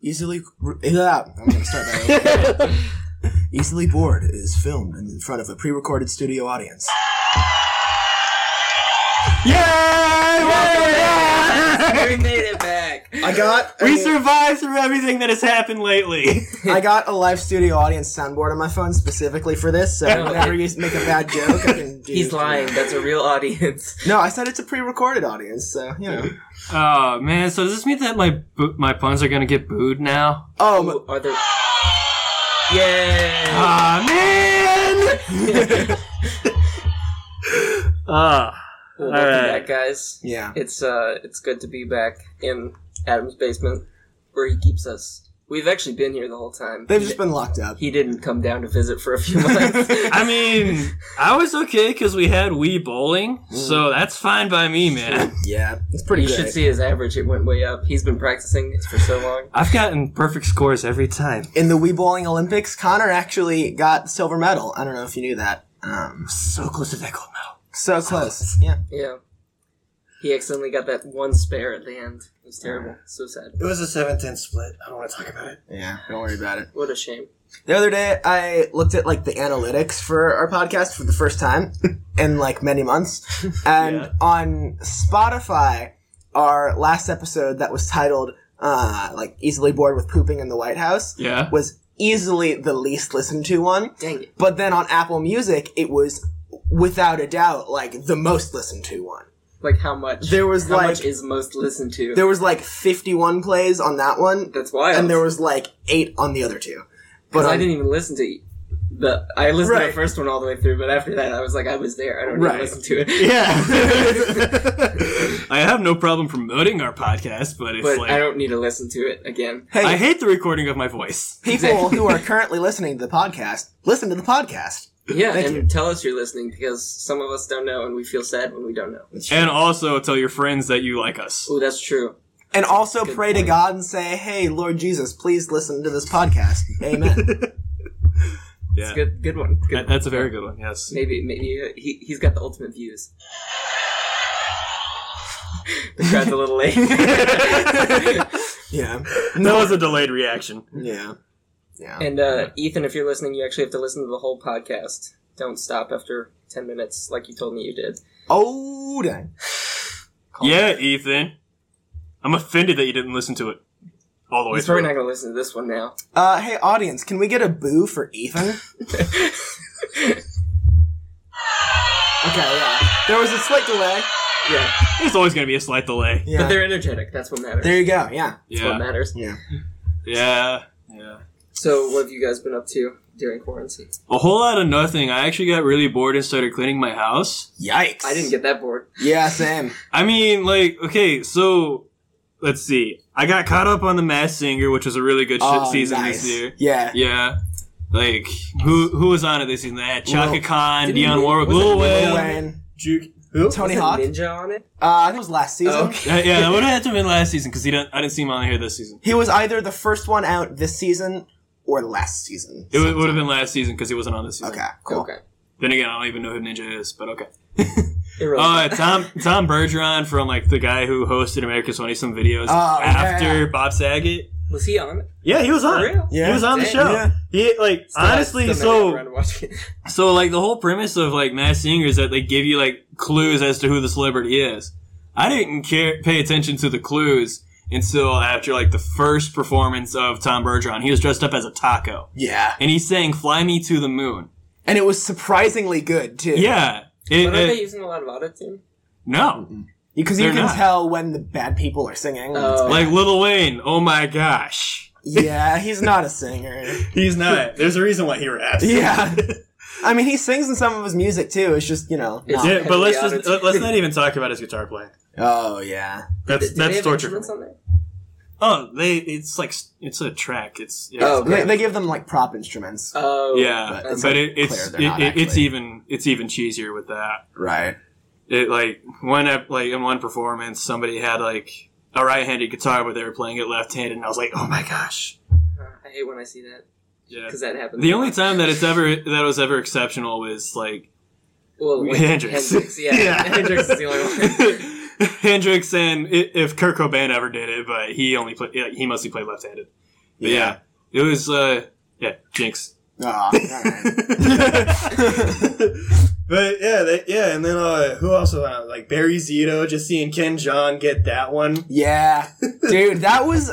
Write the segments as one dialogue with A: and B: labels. A: Easily, yeah, I'm gonna start that. Over. Easily bored is filmed in front of a pre-recorded studio audience.
B: Yay!
C: we made it back.
A: I got
B: We
A: I-
B: survived through everything that has happened lately.
A: I got a live studio audience soundboard on my phone specifically for this, so
C: No.
A: whenever you make a bad joke, I can do
C: He's lying. That's a real audience.
A: No, I said it's a pre-recorded audience, so you know.
B: oh man! So does this mean that my bo- my puns are gonna get booed now?
A: Oh, my-
C: Ooh, are there? Yeah.
B: Ah
A: Um,
B: man! Ah,
C: Well,
B: All
C: welcome
B: right.
C: back, guys.
A: yeah.
C: It's uh, it's good to be back in Adam's basement, where he keeps us. We've actually been here the whole time.
A: They've just been locked up.
C: He didn't come down to visit for a few months.
B: I mean, I was okay because we had Wii bowling, so that's fine by me, man.
A: Yeah, it's pretty
C: you
A: good.
C: should see his average; it went way up. He's been practicing for so long.
B: I've gotten perfect scores every time.
A: In the Wii Bowling Olympics, Connor actually got silver medal. I don't know if you knew that. Um,
B: So close to that goal now.
A: so close. Yeah.
C: Yeah. He accidentally got that one spare at the end. It was terrible. So sad.
D: It was a 7 10 split. I don't want to talk about it.
A: Yeah, don't worry about it.
C: What a shame.
A: The other day, I looked at like the analytics for our podcast for the first time in like many months, and
B: Yeah.
A: on Spotify, our last episode that was titled uh, "like easily bored with pooping in the White House"
B: Yeah.
A: was easily the least listened to one.
C: Dang it.
A: But then on Apple Music, it was without a doubt like the most listened to one.
C: Like how much?
A: There was
C: how
A: like
C: much is most listened to?
A: there was like fifty one plays on that one,
C: That's wild.
A: and there was like eight on the other two. But
C: Because I
A: on-
C: didn't even listen to the. I listened to the
A: Right.
C: first one all the way through, but after that, I was like, I was there. I don't
A: Right.
C: need to listen to it.
B: Yeah. I have no problem promoting our podcast, but it's
C: But
B: like
C: I don't need to listen to it again.
A: hey,
B: I hate the recording of my voice.
A: people who are currently listening to the podcast, listen to the podcast.
C: Yeah,
A: Thank
C: and
A: you.
C: tell us you're listening because some of us don't know, and we feel sad when we don't know.
B: And also tell your friends that you like us.
C: Oh, that's true.
A: And also
C: Good
A: pray to
C: point.
A: God and say, hey, Lord Jesus, please listen to this podcast. Amen.
B: Yeah.
C: It's good, good one. Good
B: That- That's a very good one, yes.
C: one. Maybe, maybe uh, he he's got the ultimate views. the crowd's a little late.
A: yeah.
B: That was a delayed reaction.
A: Yeah.
B: Um,
A: Yeah.
C: and uh, Ethan, if you're listening, you actually have to listen to the whole podcast. Don't stop after ten minutes, like you told me you did.
A: oh, dang.
B: Yeah, Ethan. I'm offended that you didn't listen to it all the way
C: He's probably
B: through.
C: not going to listen to this one now.
A: Uh, hey, audience, can we get a boo for Ethan? Okay, yeah. There was a slight delay.
C: yeah.
B: There's always going to be a slight delay.
C: But
A: Yeah.
C: they're energetic. That's what matters.
A: There you go. Yeah.
C: That's what
B: Yeah.
C: matters.
A: Yeah.
B: Yeah. Yeah.
C: So, what have you guys been up to during quarantine?
B: A whole lot of nothing. I actually got really bored and started cleaning my house.
A: Yikes.
C: I didn't get that bored.
A: Yeah, same.
B: I mean, like, okay, so let's see. I got caught up on the Mass Singer, which was a really good shit
A: Oh,
B: season
A: nice.
B: this year.
A: Yeah.
B: Yeah. Like who who was on it this season? They had Chaka
A: Lil-
B: Khan,
C: didn't
B: Dionne
C: Lil-
B: Warwick,
C: was it
B: Lil
C: Lil
B: Wayne. Uh,
A: Wayne.
D: Juke. Who?
A: Tony
C: Wasn't
A: Hawk. Oh, Uh,
C: Ninja on it?
A: I think it was last season.
C: okay.
B: yeah, that would have had to have been last season because I didn't see him on here this season.
A: He was either the first one out this season or last season.
B: It would have been last season because he wasn't on this season.
A: Okay, cool.
C: Okay.
B: Then again, I don't even know who Ninja is, but okay. Uh,
C: Irrelevant.
B: Tom Tom Bergeron from like the guy who hosted America's Funny Some Videos
A: Oh, yeah.
B: after Bob Saget.
C: was he on it?
B: Yeah, he was on.
C: For
B: it.
C: real?
A: Yeah.
B: He was on the
C: Dang.
B: show.
A: Yeah.
B: He like
C: Still-
B: honestly,
C: still never got around
B: so
C: to watching it.
B: so like the whole premise of like Mass Singer is that they give you like clues as to who the celebrity is. I didn't care pay attention to the clues until after like the first performance of Tom Bergeron. He was dressed up as a taco
A: Yeah.
B: and he sang "Fly Me to the Moon."
A: And it was surprisingly good, too.
B: Yeah,
C: But
B: It-
C: aren't they
B: it-
C: using a lot of autotune?
B: no,
A: Because you
B: They're
A: can
B: not.
A: tell when the bad people are singing.
C: Oh.
B: like Lil Wayne. Oh my gosh.
A: yeah, he's not a singer.
D: He's not. There's a reason why he raps.
A: Yeah. I mean, he sings in some of his music, too. It's just, you know.
C: It's-
A: not-
B: Yeah, but let's just
C: Autotune.
B: let's not even talk about his guitar playing.
A: Oh, yeah.
B: That's
C: Did- did they
B: that's
C: have
B: torture. For me.
C: instruments on there?
B: Oh, they it's like s- it's a track. It's yeah,
C: Oh,
A: They,
C: okay.
A: they give them, like, prop instruments.
C: Oh,
B: yeah,
A: But it's,
B: but,
A: like,
B: it, it's
A: clear
B: it,
A: they're not
B: it- it's
A: actually-
B: even it's even cheesier with that.
A: Right.
B: It like one ep- like in one performance, somebody had like a right-handed guitar, but they were playing it left-handed, and I was like, oh my gosh.
C: Uh, I hate when I see that
B: Yeah.
C: because that happens.
B: The
C: a
B: only
C: lot.
B: time that it's ever that was ever exceptional was like
C: well, like,
B: Hendrix.
C: Hendrix, yeah, Hendrix is the only one.
B: Hendrix and i if Kurt Cobain ever did it, but he only played he mostly played left-handed. But yeah, it was uh yeah Jinx.
A: Aw, alright.
D: But yeah, they, yeah, and then uh, who else? Was on? Like Barry Zito, just seeing Ken John get that one.
A: yeah, dude, that was.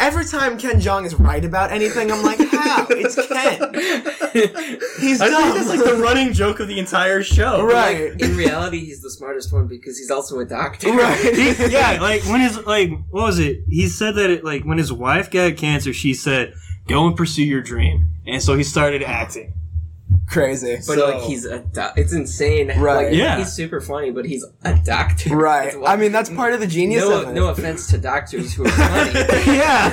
A: Every time Ken Jong is right about anything, I'm like, how? It's Ken. He's
D: I
A: dumb.
D: think that's like the running joke of the entire show.
A: right.
C: In reality, he's the smartest one because he's also a doctor.
A: right.
B: yeah, like when his like what was it? He said that it, like when his wife got cancer, she said, "Go and pursue your dream," and so he started acting.
A: Crazy.
C: But
D: So-
C: like he's a doc- it's insane.
A: Right.
C: Like,
B: Yeah.
C: He's super funny, but he's a doctor.
A: Right.
C: It's wild.
A: I mean, that's part of the genius of
C: no,
A: it.
C: no offense to doctors who are funny.
A: yeah.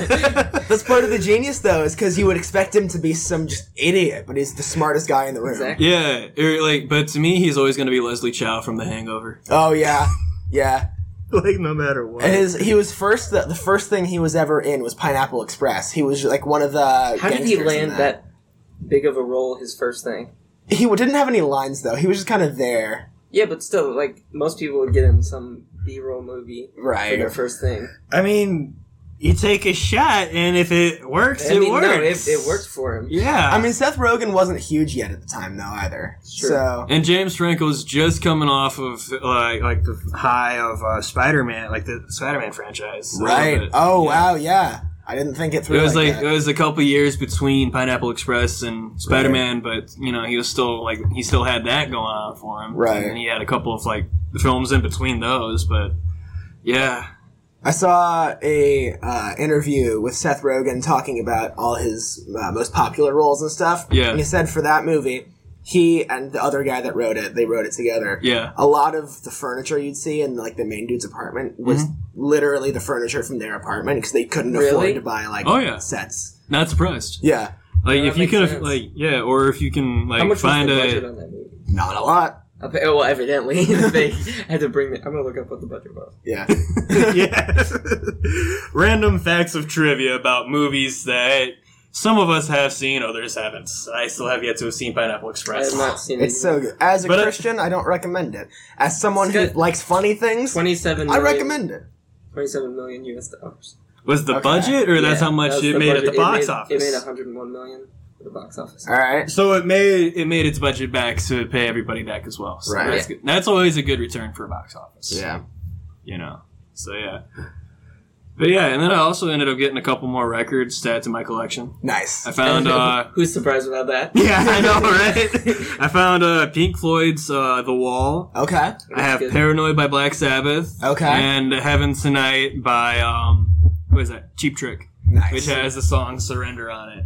A: That's part of the genius, though, is because you would expect him to be some just idiot, but he's the smartest guy in the room.
C: Exactly.
B: Yeah, or, like but to me, he's always going to be Leslie Chow from The Hangover.
A: Oh yeah, yeah.
D: Like no matter what.
A: And his he was first the, the first thing he was ever in was Pineapple Express. He was like one of the.
C: How did he
A: gangsters in
C: land that. big of a role? His first thing.
A: He didn't have any lines though. He was just kind of there.
C: Yeah, but still, like most people would get in some B-roll movie for
A: Right.
C: their first thing.
D: I mean,
B: You take a shot, and if it works,
C: I
B: it
C: mean,
B: works.
C: no, it, it worked for him.
B: Yeah,
A: I mean, Seth Rogen wasn't huge yet at the time though either.
C: Sure.
A: So
B: And James Franco's just coming off of uh, like the high of uh, Spider-Man, like the Spider-Man franchise.
A: right.
B: But,
A: Oh
B: yeah.
A: wow, yeah. I didn't think it through.
B: It was
A: like,
B: like
A: that.
B: it was a couple years between Pineapple Express and Spider-Man, but you know he was still like he still had that going on for him.
A: Right.
B: And he had a couple of like films in between those, but yeah,
A: I saw a uh, interview with Seth Rogen talking about all his uh, most popular roles and stuff.
B: Yeah.
A: And he said for that movie, he and the other guy that wrote it, they wrote it together.
B: yeah,
A: A lot of the furniture you'd see in like the main dude's apartment was
B: Mm-hmm.
A: literally the furniture from their apartment because they couldn't
C: Really?
A: afford to buy like
B: Oh, yeah.
A: sets.
B: not surprised.
A: Yeah,
B: Like
C: that
B: if you
C: makes
B: can,
C: sense.
B: like yeah, or if you can
C: How
B: like
C: much was
B: find
C: the budget
B: a
C: on that movie?
A: not a lot.
C: Appa- oh, Well, evidently they had to bring. The, I'm gonna look up what the budget was.
A: Yeah,
D: yeah.
B: random facts of trivia about movies that. Some of us have seen, others haven't. I still have yet to have seen Pineapple
C: I
B: Express.
C: have not seen it.
A: it's so good. As a
B: But, uh,
A: Christian, I don't recommend it. As someone
C: It's
A: who
C: good.
A: likes funny things,
C: Twenty-seven.
A: I
C: Million,
A: recommend it.
C: twenty-seven million U.S. dollars.
B: Was the
A: Okay.
B: budget, or that's
C: Yeah,
B: how much
C: that was
B: it
C: the
B: made
C: budget.
B: at the box
C: it made,
B: office?
C: It made 101 million at the box office.
A: All right.
D: So it made.
B: it made its budget back to pay everybody back as well. So
A: Right.
B: that's good. That's always a good return for a box office.
A: Yeah.
B: You know. So yeah. But yeah, and then I also ended up getting a couple more records to add to my collection.
A: Nice.
B: I found uh
C: Who's surprised about that?
B: Yeah, I know, right? I found uh Pink Floyd's uh The Wall.
A: Okay.
B: I have
C: Good.
B: Paranoid by Black Sabbath.
A: Okay.
B: And Heaven Tonight by um what is that? Cheap Trick.
A: Nice.
B: Which uh, has the song Surrender on it.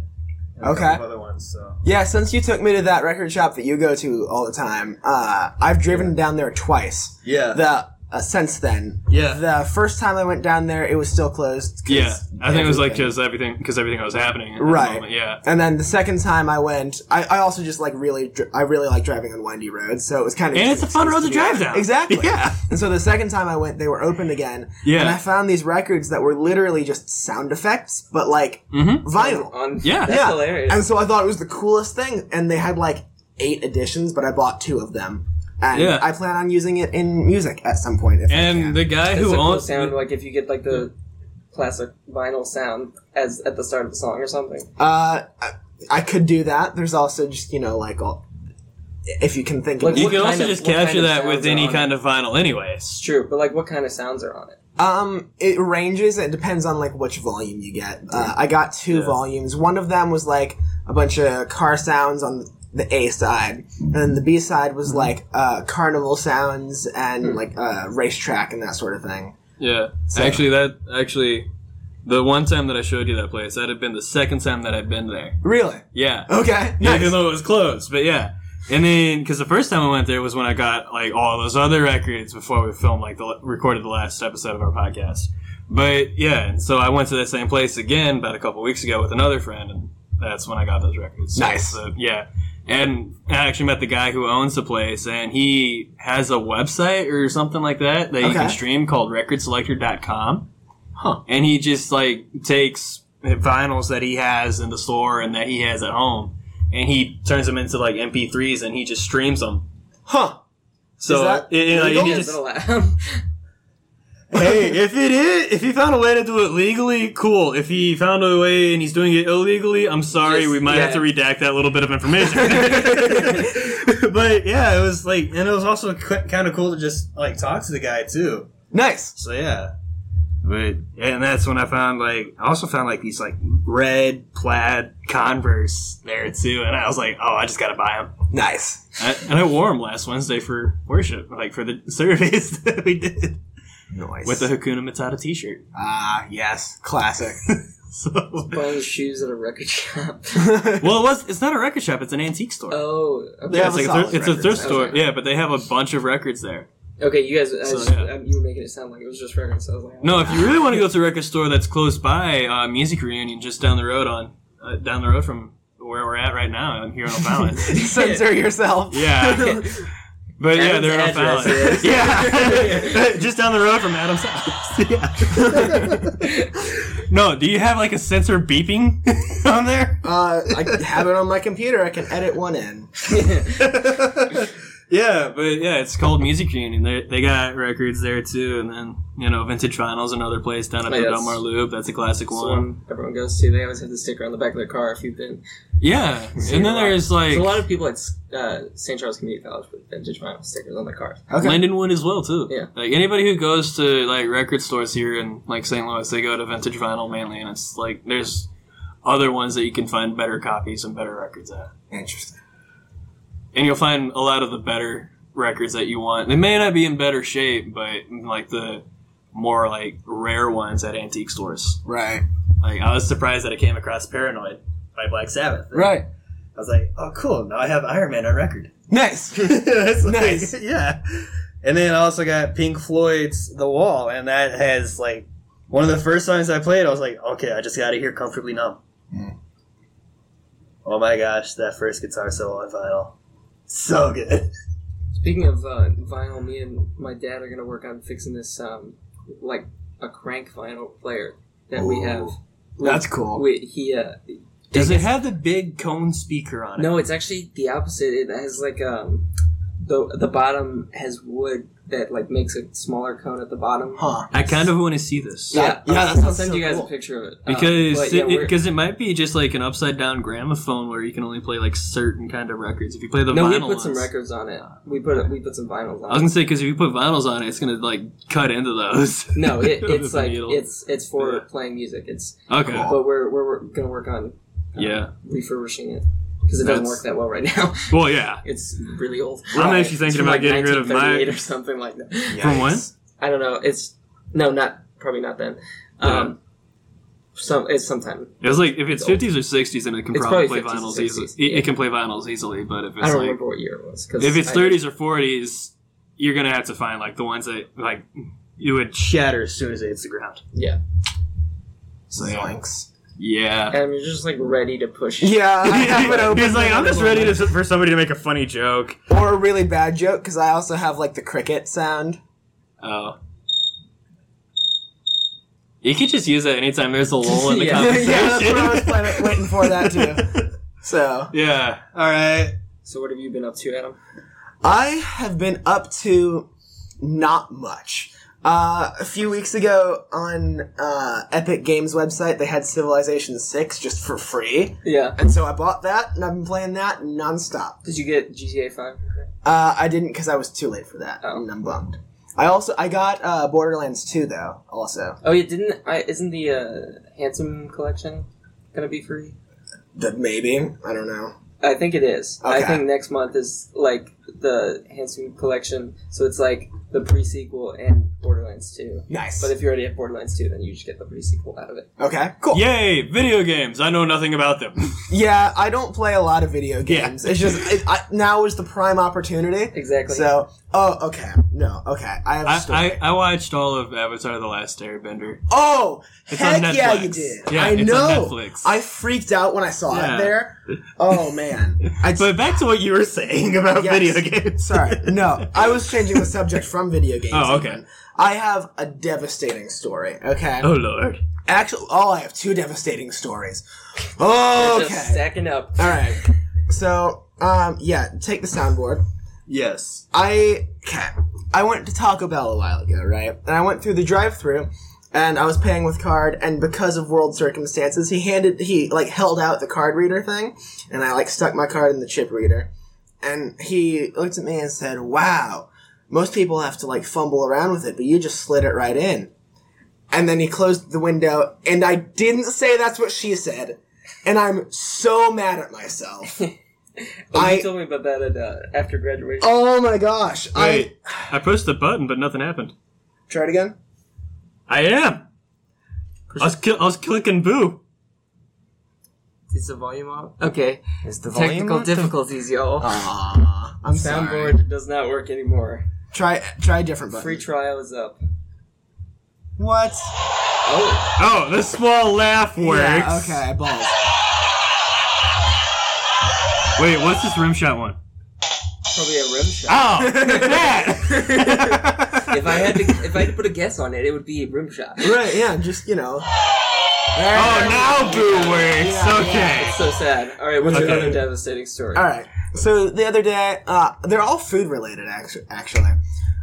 A: Okay.
D: Other ones. So.
A: Yeah, since you took me to that record shop that you go to all the time, uh, I've driven down there twice.
D: Yeah.
A: The uh, since then,
D: Yeah.
A: The first time I went down there, it was still closed. 'cause
B: Yeah. I think it was like
A: everything.
B: because everything because everything was happening. at the
A: Right.
B: moment, Yeah.
A: And then the second time I went, I, I also just like really, dr- I really like driving on windy roads, so it was kind of
B: And it's a fun road to drive down.
A: Exactly.
B: Yeah.
A: And so the second time I went, they were open again.
B: Yeah.
A: And I found these records that were literally just sound effects, but like
B: Mhm.
A: vinyl.
C: On,
B: Yeah.
C: That's
A: yeah.
C: hilarious.
A: And so I thought it was the coolest thing, and they had like eight editions, but I bought two of them. And
B: Yeah.
A: I plan on using it in music at some point. If I can.
B: And the guy
C: It's
B: who
C: a cool
B: owns
C: sound like if you get like the classic vinyl sound as at the start of the song or something.
A: uh, I, I could do that. There's also just you know like all, if you can think of
C: Like,
B: you
C: what
B: can
C: kind
B: also
C: of-
B: just
C: what kind
B: capture
C: of
B: that with
C: sounds
B: any
C: are on
B: kind of vinyl, anyways.
C: It's true, but like what kind of sounds are on it?
A: Um, it ranges. It depends on like which volume you get. Uh, I got two
B: Yeah.
A: volumes. One of them was like a bunch of car sounds on the A side, and then the B side
B: Mm-hmm.
A: was like uh, carnival sounds and
B: Hmm.
A: like uh, racetrack and that sort of thing.
B: Yeah,
A: So-
B: actually, that actually, the one time that I showed you that place, that had been the second time that I'd been there.
A: Really?
B: Yeah,
A: Okay.
B: Yeah,
A: nice.
B: even though it was closed, but yeah. And then, because the first time I went there was when I got like all those other records before we filmed, like the recorded the last episode of our podcast. But yeah, and so I went to that same place again about a couple weeks ago with another friend, and that's when I got those records. So,
A: Nice.
B: so, yeah. And I actually met the guy who owns the place, and he has a website or something like that that you
A: Okay.
B: can stream called recordselector.com. Huh. And he just like takes vinyls that he has in the store and that he has at home, and he turns them into like MP3s, and he just streams them.
A: Huh.
B: So
A: that
B: it- it- like,
A: legal?
B: he
C: Yeah,
B: just-
C: that'll-
B: hey, if it is, if he found a way to do it legally, cool. If he found a way and he's doing it illegally, I'm sorry,
C: Just-
B: we might have to
C: yeah.
B: redact that little bit of information.
D: but yeah, it was like, and it was also kind of cool to just like talk to the guy too.
A: Nice.
D: So yeah. But and that's when I found like I also found like these like red plaid Converse there too, and I was like, oh, I just gotta buy them.
A: Nice.
B: I, and I wore him last Wednesday for worship, like for the service that we did
A: Nice.
B: with the Hakuna Matata T-shirt.
A: Ah, yes. Classic.
B: So,
C: Buying shoes at a record shop.
B: well, it was. It's not a record shop. It's an antique store.
C: oh, okay.
A: Uh, They
B: yeah,
A: have a
B: it's, like a
A: solid
B: thrift, it's a
A: record
B: thrift
C: store.
B: store.
C: Okay.
B: Yeah, but they have a bunch of records there.
C: Okay, you guys, I
B: So,
C: just,
B: yeah.
C: um, you were making it sound like it was just records. So I was like,
B: No, if you really want to go to a record store that's close by, uh, Music Reunion just down the road on uh, down the road from where we're at right now I'm here on O'Fallon.
A: Censor yourself.
B: yeah. But yeah,
C: Adam's
B: they're in
C: address
B: O'Fallon.
C: is-
B: Yeah. just down the road from Adam's house. yeah. no, do you have like a sensor beeping on there?
A: Uh, I have it on my computer. I can edit one in.
B: Yeah, but yeah, it's called Music Reunion. They they got records there too, and then you know Vintage Vinyls another place down at
C: Oh,
B: the
C: yes.
B: Delmar Loop. That's a classic
C: It's the
B: one.
C: one everyone goes to. They always have the sticker on the back of their car if you've been.
B: Yeah, and then there's like
C: There's a lot of people at uh, St. Charles Community College with vintage vinyl stickers on their cars.
A: Okay.
B: Lindenwood as well too.
C: Yeah.
B: Like anybody who goes to like record stores here in like St. Louis, they go to vintage vinyl mainly, and it's like there's other ones that you can find better copies and better records at,
A: Interesting.
B: and you'll find a lot of the better records that you want. They may not be in better shape, but like the more like rare ones at antique stores.
A: Right.
B: Like I was surprised that I came across Paranoid by Black Sabbath.
A: Right.
D: I was like, oh, cool. Now I have Iron Man on record.
A: Nice.
D: It's like-
A: Nice.
D: Yeah. And then I also got Pink Floyd's The Wall, and that has like one of the first songs I played. I was like, okay, I just got to hear comfortably numb.
A: Hmm.
D: Oh my gosh, that first guitar solo on vinyl, so good.
C: Speaking of uh, vinyl, me and my dad are going to work on fixing this, um, like a crank vinyl player that we have. We-
A: That's cool.
C: We, he, uh,
B: Does it have the big cone speaker on it?
C: no, it's actually the opposite. It has like um, the the bottom has wood that like makes a smaller cone at the bottom.
A: Huh.
B: I kind of want to see this.
C: Yeah,
A: Yeah, that
C: I'll, I'll
A: sounds
C: send
A: so
C: you guys
A: cool.
C: a picture of it Um,
B: because
C: but yeah,
B: it,
C: we're-
B: it, 'cause it might be just like an upside down gramophone where you can only play like certain kind of records. If you play the
C: no,
B: vinyl,
C: we put some
B: ones-
C: records on it. We put we put some vinyls
B: I was
C: on.
B: gonna
C: it.
B: say because if you put vinyls on it, it's gonna like cut into those.
C: No, it,
B: With
C: it's
B: the
C: like
B: needle.
C: it's it's for
B: Yeah.
C: playing music. It's
B: okay,
A: Cool.
C: but we're we're, we're gonna work on
B: yeah.
C: refurbishing it because it doesn't
B: That's-
C: work that well right now.
B: Well, yeah.
C: it's really old.
B: I'm actually
C: It's
B: thinking
C: from,
B: about
C: like,
B: getting rid of my-
C: 1938 or something like that.
B: From when?
A: Yikes.
C: I don't know. It's no, not probably not then. Um, some it's sometime.
B: It was like if it's
C: It's old.
B: 50s or 60s, then it can
C: It's
B: probably,
C: probably
B: play
C: 50s or
B: vinyls
C: 60s,
B: easily. It,
C: yeah.
B: it can play vinyls easily, but if
C: I
B: it's
C: don't
B: like
C: remember what year it was. 'cause
B: if it's
C: I-
B: 30s or 40s, you're gonna have to find like the ones that like you would.
D: Shatter as soon as it hits the ground.
C: yeah,
B: So, yeah.
A: Zoinks.
B: yeah.
C: and you're just like ready to push.
A: Yeah, I have it open.
B: He's like, I'm just ready to, for somebody to make a funny joke.
A: Or a really bad joke because I also have like the cricket sound.
B: Oh. You could just use that anytime there's a lull in the
C: Yeah.
B: conversation.
A: yeah, that's what I was planning, waiting for that too. So
B: Yeah.
D: All right.
C: So what have you been up to, Adam?
A: I have been up to not much. Uh, a few weeks ago on uh, Epic Games website, they had Civilization Six just for free,
C: Yeah.
A: and so I bought that and I've been playing that nonstop.
C: Did you get GTA Five?
A: Uh, I didn't because I was too late for that,
C: Oh.
A: and I'm bummed. I also I got uh, Borderlands 2 though. Also,
C: Oh, yeah. Didn't I? Isn't the uh, Handsome Collection gonna be free?
A: that maybe I don't know.
C: I think it is. I
A: Okay.
C: think next month is like the Handsome Collection, so it's like the pre sequel and Borderlands Two.
A: Nice.
C: But if you already have Borderlands 2, then you just get the pre sequel out of it.
A: okay, cool. Yeah.
B: Yay, video games. I know nothing about them.
A: I don't play a lot of video
B: Yeah.
A: games. It's just it, I, now is the prime opportunity.
C: Exactly.
A: So, oh, okay, no, okay, I have a story.
B: I, I, I watched all of Avatar The Last Airbender.
A: oh,
B: It's on
A: heck yeah,
B: Netflix.
A: you did.
B: Yeah,
A: I
B: it's on
A: know.
B: Netflix.
A: I freaked out when I saw
B: Yeah.
A: it there. Oh man, I
B: But back to what you were saying about
A: Yes.
B: video games.
A: Sorry, no, I was changing the subject from video games.
B: Oh, okay.
A: even. I have a devastating story. Okay.
B: Oh, Lord.
A: Actually, oh, I have two devastating stories. Okay.
C: Just stacking up.
A: All right. So, um, yeah, take the soundboard.
D: Yes.
A: I okay. I went to Taco Bell a while ago, right? And I went through the drive-through, and I was paying with card. And because of world circumstances, he handed he like held out the card reader thing, and I like stuck my card in the chip reader. And he looked at me and said, "Wow, most people have to like fumble around with it, but you just slid it right in." And then he closed the window, and I didn't say that's what she said. And I'm so mad at myself.
C: Oh,
A: I-
C: you told me about that at, uh, after graduation.
A: oh my gosh! I
B: Wait, I pushed the button, but nothing happened.
A: try it again.
B: I am. I was, ki- I was clicking
A: Oh.
B: boo.
C: Is the volume off? Okay.
E: Is the volume
C: Technical
E: up to-
C: difficulties, y'all.
A: Aw, Oh, I'm
C: Soundboard
A: sorry.
C: does not work anymore.
A: Try try a different button.
C: Free trial is up.
A: what?
C: Oh,
B: Oh, the small laugh works.
A: Yeah, okay, balls.
B: Wait, what's this rim shot one?
C: probably a rim shot.
B: Oh, that.
C: If I had to, if I had to put a guess on it, it would be rim shot.
A: Right, yeah, just you know.
B: oh, now boo works.
A: Yeah, yeah.
B: okay.
C: It's so sad. All right, what's your
B: Okay.
C: other devastating story?
A: All right. So the other day, uh, they're all food related. Actually, actually,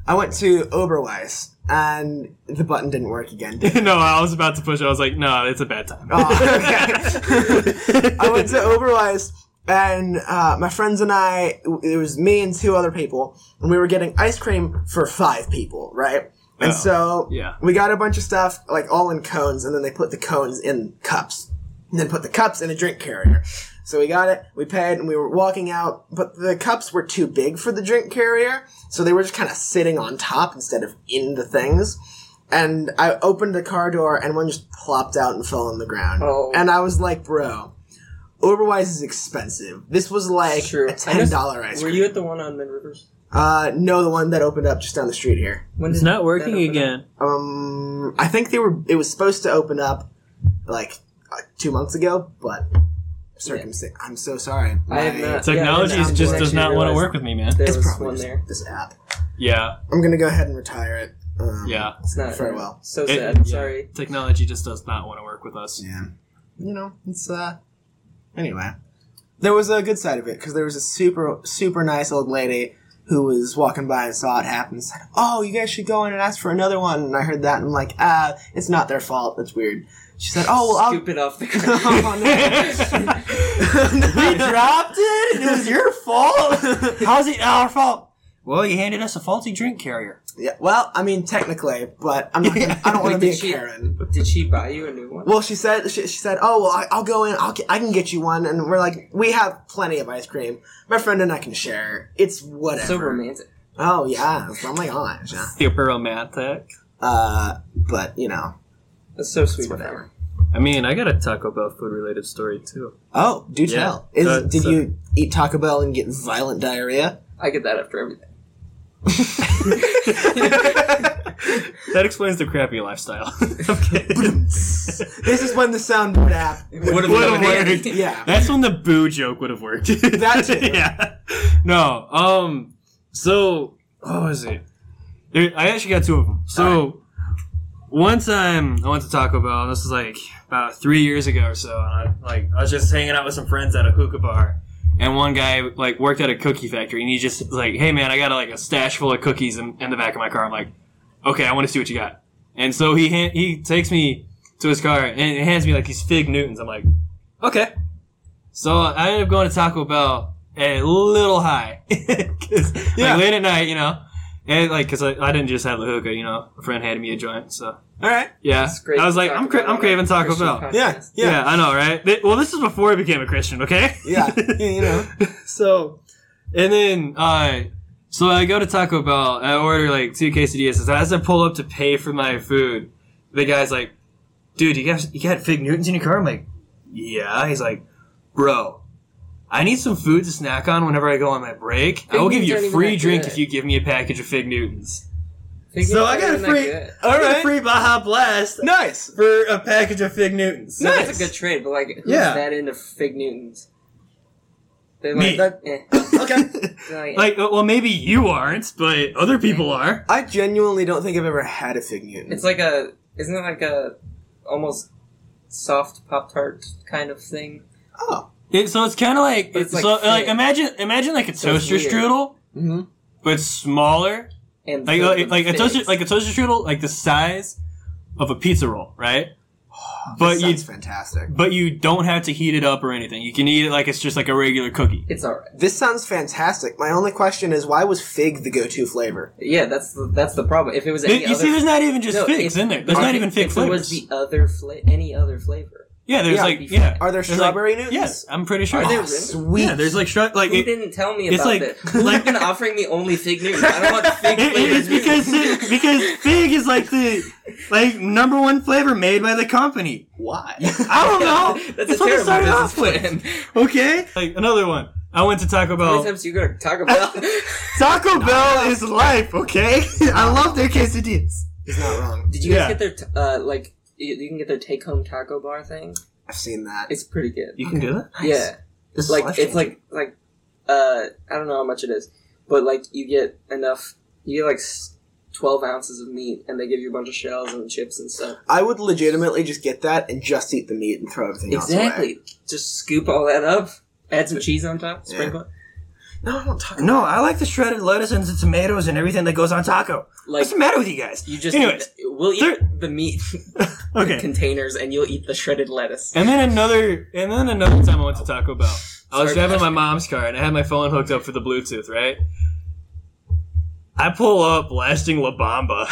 A: I went to Oberweis and the button didn't work again. Did it?
B: no, I was about to push. it. I was like, no, it's a bad time.
A: Oh, okay. I went to Oberweis and uh, my friends and I. It was me and two other people, and we were getting ice cream for five people, right? And
B: Oh,
A: so
B: yeah.
A: we got a bunch of stuff like all in cones, and then they put the cones in cups, and then put the cups in a drink carrier. So we got it, we paid, and we were walking out, but the cups were too big for the drink carrier, so they were just kind of sitting on top instead of in the things. And I opened the car door, and one just plopped out and fell on the ground.
C: Oh.
A: And I was like, bro, Uberwise is expensive. This was like
C: Sure.
A: a $10 ice
C: Were
A: cream.
C: you at the one on Mid Rivers?
A: uh, no, the one that opened up just down the street here.
C: When
F: It's
C: did
F: not
C: that
F: working
C: open up?
F: again.
A: Um, I think they were. It was supposed to open up like uh, two months ago, but circumstance. I'm so sorry.
C: I have not-
B: Technology
C: Yeah, I
B: just
C: actually
B: does not want to
C: realized-
B: work with me, man.
C: There
A: It's
C: was
A: probably
C: one
A: just
C: there.
A: this app.
B: Yeah,
A: I'm gonna go ahead and retire it. Um,
B: yeah.
C: It's not
A: Farewell.
C: So
B: It-
C: sad.
B: yeah.
C: Sorry.
B: Technology just does not want to work with us.
A: Yeah. You know, it's uh. Anyway, there was a good side of it because there was a super super nice old lady who was walking by and saw it happen. And said, "Oh, you guys should go in and ask for another one." And I heard that and I'm like, "Ah, it's not their fault. That's weird." She said, "Oh, well, I'll."
C: Stupid off the ground.
A: Oh, no. we dropped it. and It was your fault.
B: How's it our fault? Well, you handed us a faulty drink carrier.
A: yeah. Well, I mean, technically, but I'm not. Gonna, I don't want to be
C: Wait, did
A: a
C: she-
A: Karen.
C: Did she buy you a new one?
A: Well, she said she, she said, "Oh well, I, I'll go in. I'll, get- I can get you one." And we're like, "We have plenty of ice cream. My friend and I can share. It's whatever."
C: so romantic.
A: oh yeah. Oh my gosh. Yeah.
B: Super romantic.
A: Uh, but you know,
C: That's so sweet.
A: it's
C: of her.
A: whatever.
B: I mean, I got a Taco Bell food related story too.
A: Oh, do
B: Yeah.
A: tell. Is,
B: Uh,
A: did
B: so-
A: you eat Taco Bell and get violent diarrhea?
C: I get that after everything.
B: That explains the crappy lifestyle. I'm kidding.
A: this is when the soundboard app.
B: Would've
C: Would've
B: worked.
A: Yeah.
B: That's when the boo joke would have worked.
A: That's it.
B: yeah. No. Um. So, what was it? There- I actually got two of them. So, one time I went to Taco Bell, and this was like about three years ago or so. And I like I was just hanging out with some friends at a hookah bar, and one guy like worked at a cookie factory, and he just was like, "Hey man, I got like a stash full of cookies in, in the back of my car." I'm like, "Okay, I want to see what you got." And so he han- he takes me to his car and he hands me like these fig Newtons. I'm like, "Okay." So I ended up going to Taco Bell a little high, 'Cause,
A: Yeah.
B: like, late at night, you know, and like because I, I didn't just have the hookah, you know, a friend handed me a joint, so
A: All right.
B: yeah,
C: It's great
B: I was
C: to
B: like,
C: talk
B: I'm cra-
C: about on
B: I'm
C: a
B: craving Taco
C: Christian
B: Bell.
A: Yeah.
C: podcast.
A: Yeah.
B: Yeah, I know, right? Th- well, this is before I became a Christian, okay?
A: Yeah, you know.
B: so, and then, uh, so I go to Taco Bell, and I order like two quesadillas. And as I pull up to pay for my food, the guy's like, dude, you got, you got Fig Newtons in your car? I'm like, yeah. He's like, bro, I need some food to snack on whenever I go on my break. I will give
C: Newtons
B: you
C: aren't
B: a
C: even
B: free
C: that
B: drink
C: good."
B: if you give me a package of Fig Newtons.
C: Figure
B: So
C: it
B: I
C: out
B: got a
C: isn't that
B: free-
C: good.
A: All
B: I got a
A: right.
B: Free Baja Blast
A: Nice.
B: for a package of Fig Newtons.
C: No,
A: Nice.
C: that's a good trade, but like, who's
B: Yeah.
C: that into fig Newtons? They're
B: Me.
C: like, eh.
A: Okay.
C: They're like,
B: Like, uh, well, maybe you aren't, but other people are.
A: I genuinely don't think I've ever had a fig Newton.
C: it's like a, isn't it like a almost soft Pop Tart kind of thing?
A: oh.
B: It, so it's kind of like,
C: But
B: it's
C: it's like
B: so, like
C: thick. Mm-hmm.
B: imagine imagine like a
C: So it's
B: toaster
C: weird.
B: strudel,
A: Mhm.
B: but smaller
C: and
B: Like
C: fill
B: like,
C: them
B: like a
C: figs.
B: toaster like a toaster strudel like the size of a pizza roll, right? But
A: But
B: you
A: sounds fantastic.
B: but you don't have to heat it up or anything. You can eat it like it's just like a regular cookie.
C: it's all right.
A: This sounds fantastic. My only question is why was fig the go-to flavor?
C: Yeah, that's the, that's the problem. If it was any
B: You
C: other,
B: see, there's not even just
C: No,
B: figs
C: if-
B: in there. There's not even fig
C: if it
B: flavors.
C: was the other fla- any other flavor.
B: yeah, there's
A: yeah,
B: like
C: beef.
B: yeah.
A: Are there
B: There's
A: strawberry
B: like,
A: newtons?
B: Yes, I'm pretty sure.
C: Are
A: Oh,
C: there really?
A: sweet.
B: yeah, there's like stri- like
C: Who
B: it-
C: didn't tell me
B: it's
C: about
B: like-
C: this? Who's
B: like-
C: been offering me only fig news? I don't want fig
D: It- it- it's
C: flavors.
D: because it, because fig is like the like number one flavor made by the company.
A: why?
D: I don't know.
C: That's,
D: That's
C: a
D: what
C: terrible
D: they started
C: business
D: off with.
C: plan.
D: Okay,
B: like another one. I went to Taco
C: How many
B: Bell.
C: times you go to Taco Bell?
D: Taco Bell is life. Okay, I love their quesadillas.
A: He's not wrong.
C: Did you guys
D: Yeah.
C: get their t- uh, like? You, you can get their take-home taco bar thing.
A: I've seen that.
C: It's pretty good.
B: You can do that.
A: Nice.
C: Yeah,
A: This is
C: like
A: life-changing.
C: it's like like uh, I don't know how much it is, but like you get enough. You get like s- twelve ounces of meat, and they give you a bunch of shells and chips and stuff.
A: I would legitimately just get that and just eat the meat and throw everything else away.
C: Exactly. Just scoop all that up. Add some cheese on top. Sprinkle. it.
A: No, I don't talk.
D: No, I like the shredded lettuce and the tomatoes and everything that goes on taco.
C: Like
D: What's the matter with you guys?
C: you just.
B: Anyways,
C: eat- we'll eat
D: there-
C: the meat
D: Okay,
C: containers, and you'll eat the shredded lettuce.
B: And then another, and then another time I went to Taco Bell. I was
C: Sorry.
B: driving my mom's car, and I had my phone hooked up for the Bluetooth. Right, I pull up blasting La Bamba.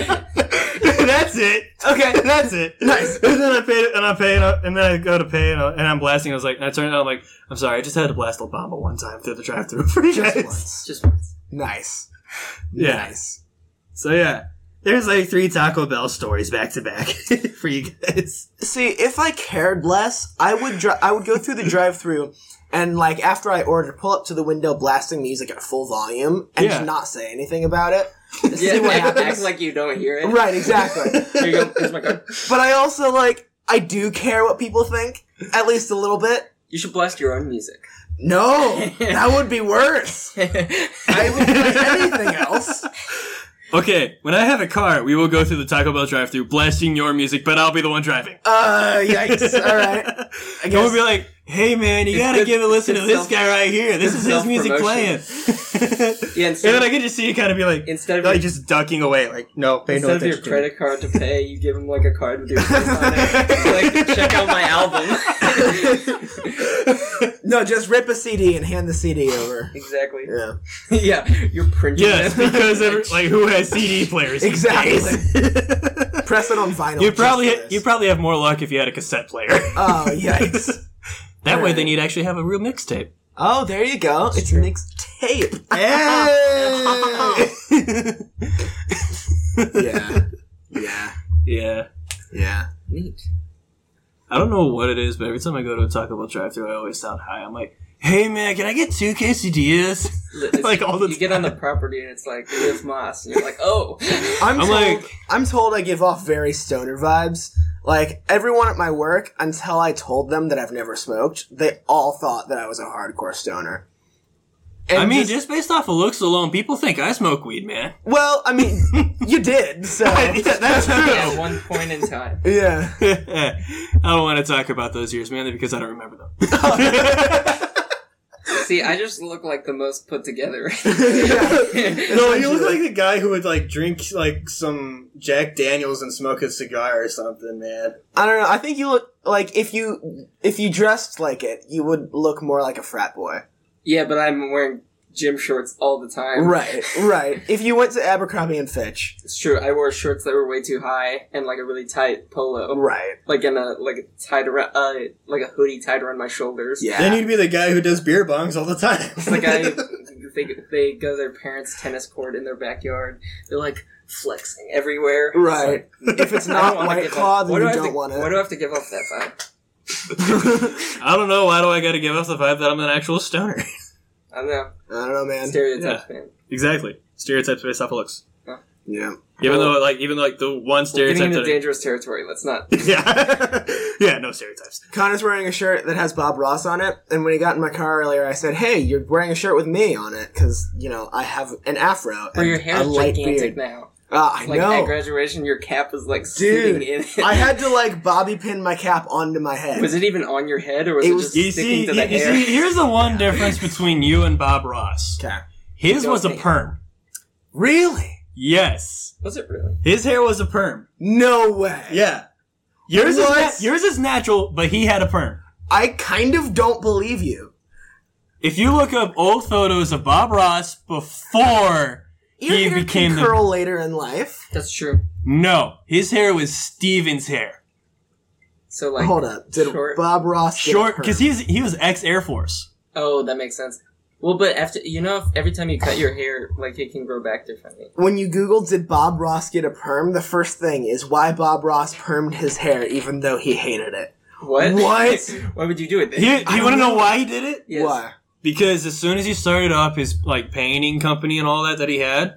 D: that's it. Okay, that's it. Nice. And then I pay, and I pay, and, I, and then I go to pay, and, I, and I'm blasting. I was like, and I turn it on. I'm like, I'm sorry, I just had to blast La Bamba one time through the drive-through for you
A: Just
D: guys.
A: once.
C: Just once.
A: Nice.
D: Yeah.
A: Nice.
D: So yeah, there's like three Taco Bell stories back to back for you guys.
A: See, if I cared less, I would dri- I would go through the drive-through and like after I ordered, pull up to the window blasting music at full volume and
B: Yeah.
A: just not say anything about it.
C: Yeah,
A: See what
C: act, act
A: happens.
C: like you don't hear it.
A: Right, exactly.
C: Here you go. Here's my card.
A: but I also like I do care what people think, at least a little bit.
C: You should blast your own music.
A: No, that would be worse. I would play anything else.
B: Okay, when I have a car, we will go through the Taco Bell drive-through, blasting your music, but I'll be the one driving.
A: Uh, yikes. All right. I
B: And we'll
A: guess.
B: be like, "Hey man, you
C: It's
B: gotta
C: good-
B: give a listen to
C: it's
B: this
C: self-
B: guy right here. This
C: it's
B: is his music playing."
C: self-promotion. yeah,
B: And
C: instead
B: then
C: of,
B: I could just see you kind of be like,
C: instead of
D: No,
C: your-
D: you're just ducking away. Like no, pay no
C: Instead of your
D: attention. to me.
C: credit card to pay, you give them like a card with your face on it. Like, check out my album.
A: No, just rip a CD and hand the CD over.
C: exactly.
A: Yeah.
C: yeah, you're printing.
B: "Yes,
C: them.
B: because every, like who has CD players? these
A: Exactly.
B: days?
A: Press it on vinyl.
B: You
A: just
B: probably
A: for this.
B: you probably have more luck if you had a cassette player.
A: Oh, yikes.
B: that way, then you'd actually have a real mixtape.
A: Oh, there you go. it's Nick's tape. yeah. Yeah.
B: yeah,
A: Yeah.
C: Neat.
B: I don't know what it is, but every time I go to a Taco Bell drive-through, I always sound high. I'm like, "Hey man, can I get two quesadillas?"
C: It's-
B: Like, all the
C: you get on the property and it's like Liz Moss, and you're like, oh,
A: I'm,
B: I'm
A: told,
B: like-
A: I'm told I give off very stoner vibes. Like everyone at my work, until I told them that I've never smoked, they all thought that I was a hardcore stoner. And
B: I mean, just, based off of looks alone, people think I smoke weed, man.
A: well, I mean, you did, so
D: Yeah, that's
C: at
D: true.
C: one point in time.
A: yeah.
B: I don't want to talk about those years, mainly because I don't remember them.
C: See, I just look like the most put together.
D: no, you look like the guy who would like drink like some Jack Daniels and smoke a cigar or something, man.
A: I don't know. I think you look like if you if you dressed like it, you would look more like a frat boy.
C: yeah, but I'm wearing gym shorts all the time.
A: Right, right. If you went to Abercrombie and Fitch,
C: It's true. I wore shorts that were way too high and like a really tight polo.
A: right?
C: like in a like tied around uh, like a hoodie tied around my shoulders.
A: Yeah.
D: Then you'd be the guy who does beer bongs all the time.
C: It's like I they they go to their parents' tennis court in their backyard. They're like flexing everywhere.
A: Right. if it's
C: It's like, I
A: not
C: don't wanna
A: White
C: give
A: Claw,
C: up.
A: then
C: Why do
A: you
C: I have
A: don't
C: to-
A: want
C: Why
A: it.
C: do I have to give off that vibe?
B: I don't know. Why do I got to give off the vibe that I'm an actual stoner?
C: I don't know.
A: I don't know, man.
C: Stereotypes, man.
B: exactly. Stereotypes based off of looks.
A: Yeah.
B: Even though, like, even like the one
C: We're getting
B: stereotype.
C: into
B: That
C: dangerous territory. Let's not.
D: yeah, yeah, no stereotypes.
A: Connor's wearing a shirt that has Bob Ross on it, and when he got in my car earlier, I said, "Hey, you're wearing a shirt with me on it because you know I have an afro
C: Or
A: and
C: your hair
A: a
C: is
A: light
C: gigantic
A: beard."
C: now.
A: Ah, I
C: Like at
A: know.
C: graduation, your cap was like
A: Dude,
C: sitting in. It.
A: I had to like bobby pin my cap onto my head.
C: Was it even on your head, or was
A: It
C: it,
A: was-
C: just
B: you
C: sticking
B: see,
C: to the
B: you
C: hair?
B: see, here's the one difference between you and Bob Ross.
A: Okay.
B: His
C: Don't
B: was a
C: think-
B: perm.
A: Really?
B: Yes,
C: Was it really?
B: his hair was a perm.
A: No way.
B: Yeah, yours is
A: What?
B: na- yours is natural, but he had a perm.
A: I kind of don't believe you.
B: If you look up old photos of Bob Ross before
A: Your
B: he
A: hair
B: became
A: can
B: the
A: curl later in life.
C: That's true.
B: no, his hair was Steven's hair,
C: So like,
A: Hold up. Did
C: short-
A: Bob Ross get
B: short because he's he was ex Air Force.
C: oh, that makes sense. Well, but after you know, if every time you cut your hair, like it can grow back differently.
A: when you Google did Bob Ross get a perm, the first thing is why Bob Ross permed his hair even though he hated it.
C: What?
A: What?
C: Why would you do it? Then?
B: You, you want
A: don't
B: to know
A: know.
B: why he did it?
C: Yes.
A: Why?
B: because as soon as he started up his like painting company and all that that he had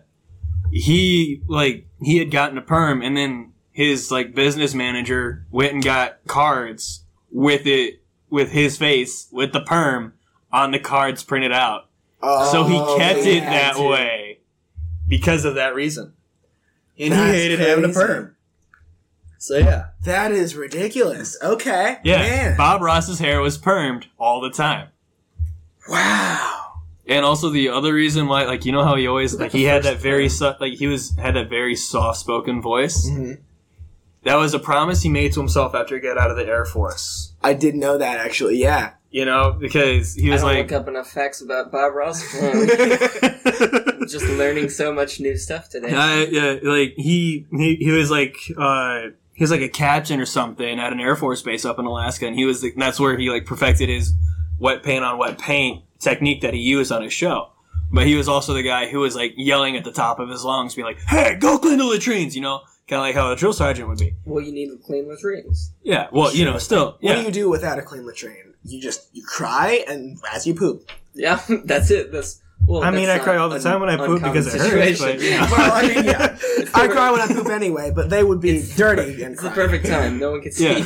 B: he like he had gotten a perm and then his like business manager went and got cards with it with his face with the perm on the cards printed out so he
A: Oh,
B: kept it
A: yeah,
B: that
A: dude.
B: way because of that reason and
A: That's
B: he hated having a
A: crazy.
B: perm so yeah
A: That is ridiculous. Okay.
B: yeah
A: Man.
B: bob ross's hair was permed all the time
A: wow.
B: And also the other reason why, like you know how he always like he had that very so, like he was had that very soft spoken voice.
C: Mm-hmm.
A: Mhm.
B: That was a promise he made to himself after he got out of the Air Force.
A: I did know that actually. Yeah.
B: You know because he
C: I
B: was
C: don't
B: like,
C: look up enough facts about Bob Ross. Um, just learning so much new stuff today.
B: I, yeah, like he, he he was like uh he was like a captain or something at an Air Force base up in Alaska, and he was like, that's where he like perfected his wet paint on wet paint technique that he used on his show. But he was also the guy who was like yelling at the top of his lungs, being like, "Hey, go clean the latrines," you know, kind of like how a drill sergeant would be.
C: Well, you need to clean those rings.
B: Yeah, well, you know, still,
A: What
B: yeah,
A: do you do without a clean latrine? You just you cry and as you poop.
C: Yeah, that's it. That's well.
D: I mean,
C: that's
D: I cry
C: not
D: all the
C: an
D: time when I poop
C: uncommon
D: because it hurts, but,
C: situation.
D: yeah.
A: Well, I mean, yeah.
C: It's the
A: I
C: wor-
A: cry when I poop anyway, but they would be
C: It's-
A: dirty and
C: It's the
A: crying.
C: perfect time. No one can see you.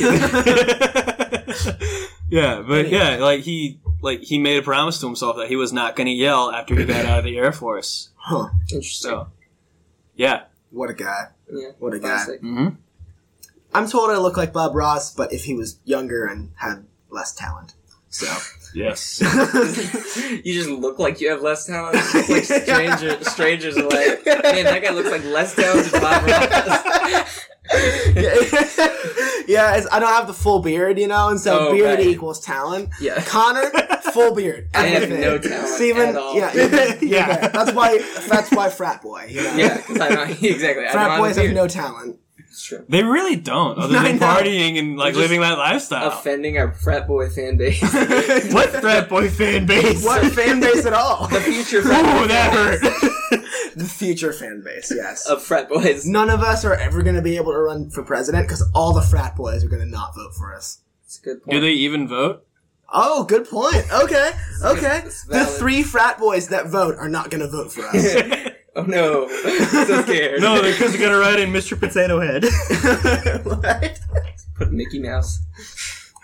B: yeah. yeah, but yeah, like he like he made a promise to himself that he was not going to yell after he got out of the Air Force.
A: Huh.
C: Interesting.
A: Oh,
B: So, yeah.
A: What a guy.
C: yeah.
A: What a guy.
C: Classic.
B: Mm-hmm.
A: I'm told I look like Bob Ross, but if he was younger and had less talent. So
B: Yes.
C: You just look like you have less talent. It's just Like stranger, strangers are like, man, that guy looks like less talented than Bob Ross.
A: yeah, it's, I don't have the full beard, you know, and so
C: Oh,
A: beard
C: right.
A: equals talent.
C: yeah.
A: Connor, full beard.
C: I have
A: everything.
C: no talent
A: Steven,
C: at all.
A: yeah, you're good, you're
D: Yeah.
A: good. That's why that's why frat boy. You know?
C: Yeah, because I don't exactly. I
A: frat
C: don't
A: boys
C: have a
A: have
C: beard.
A: no talent.
C: It's true.
B: they really don't, other
A: I
B: than
A: know.
B: partying and like
C: They're just
B: living that lifestyle.
C: Offending our frat boy fan base.
B: what frat boy fan base?
A: What fan base at all?
C: the future
B: Ooh,
C: frat boy
B: that hurt.
A: the future fan base, yes.
C: of frat boys.
A: None of us are ever going to be able to run for president because all the frat boys are going to not vote for us.
C: It's a good point.
B: Do they even vote?
A: Oh, good point. Okay, okay.
C: It's
A: The
C: valid.
A: three frat boys that vote are not going to vote for us.
C: oh no! I'm so scared.
D: No, because they're gonna write in Mr. Potato Head.
A: What?
C: Put Mickey Mouse.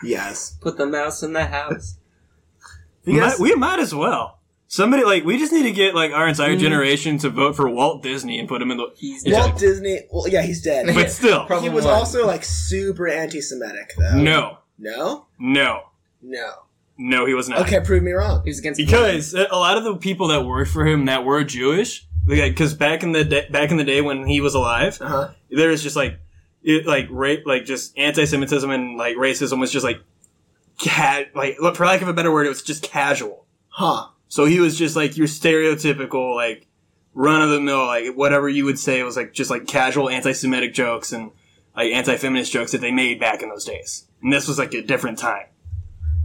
A: Yes.
C: Put the mouse in the house.
B: We
A: Because-
B: might- we might as well. Somebody like we just need to get like our entire generation to vote for Walt Disney and put him in the.
C: He's
B: Yeah.
A: Walt Disney. Well, yeah, he's dead.
B: But still,
C: Probably
A: he was
C: one.
A: also like super anti-Semitic, though.
B: no,
A: No.
B: no,
A: No.
B: no, he was not.
A: Okay, prove me wrong.
C: He was against
B: because a lot of the people that worked for him that were Jewish, because back in the day, back in the day when he was alive,
A: Uh huh.
B: there was just like it, like ra- like just anti-Semitism and like racism was just like cat like look, for lack of a better word, it was just casual.
A: Huh.
B: So he was just like your stereotypical like run of the mill like whatever you would say was like just like casual anti-Semitic jokes and like anti-feminist jokes that they made back in those days. And this was like a different time.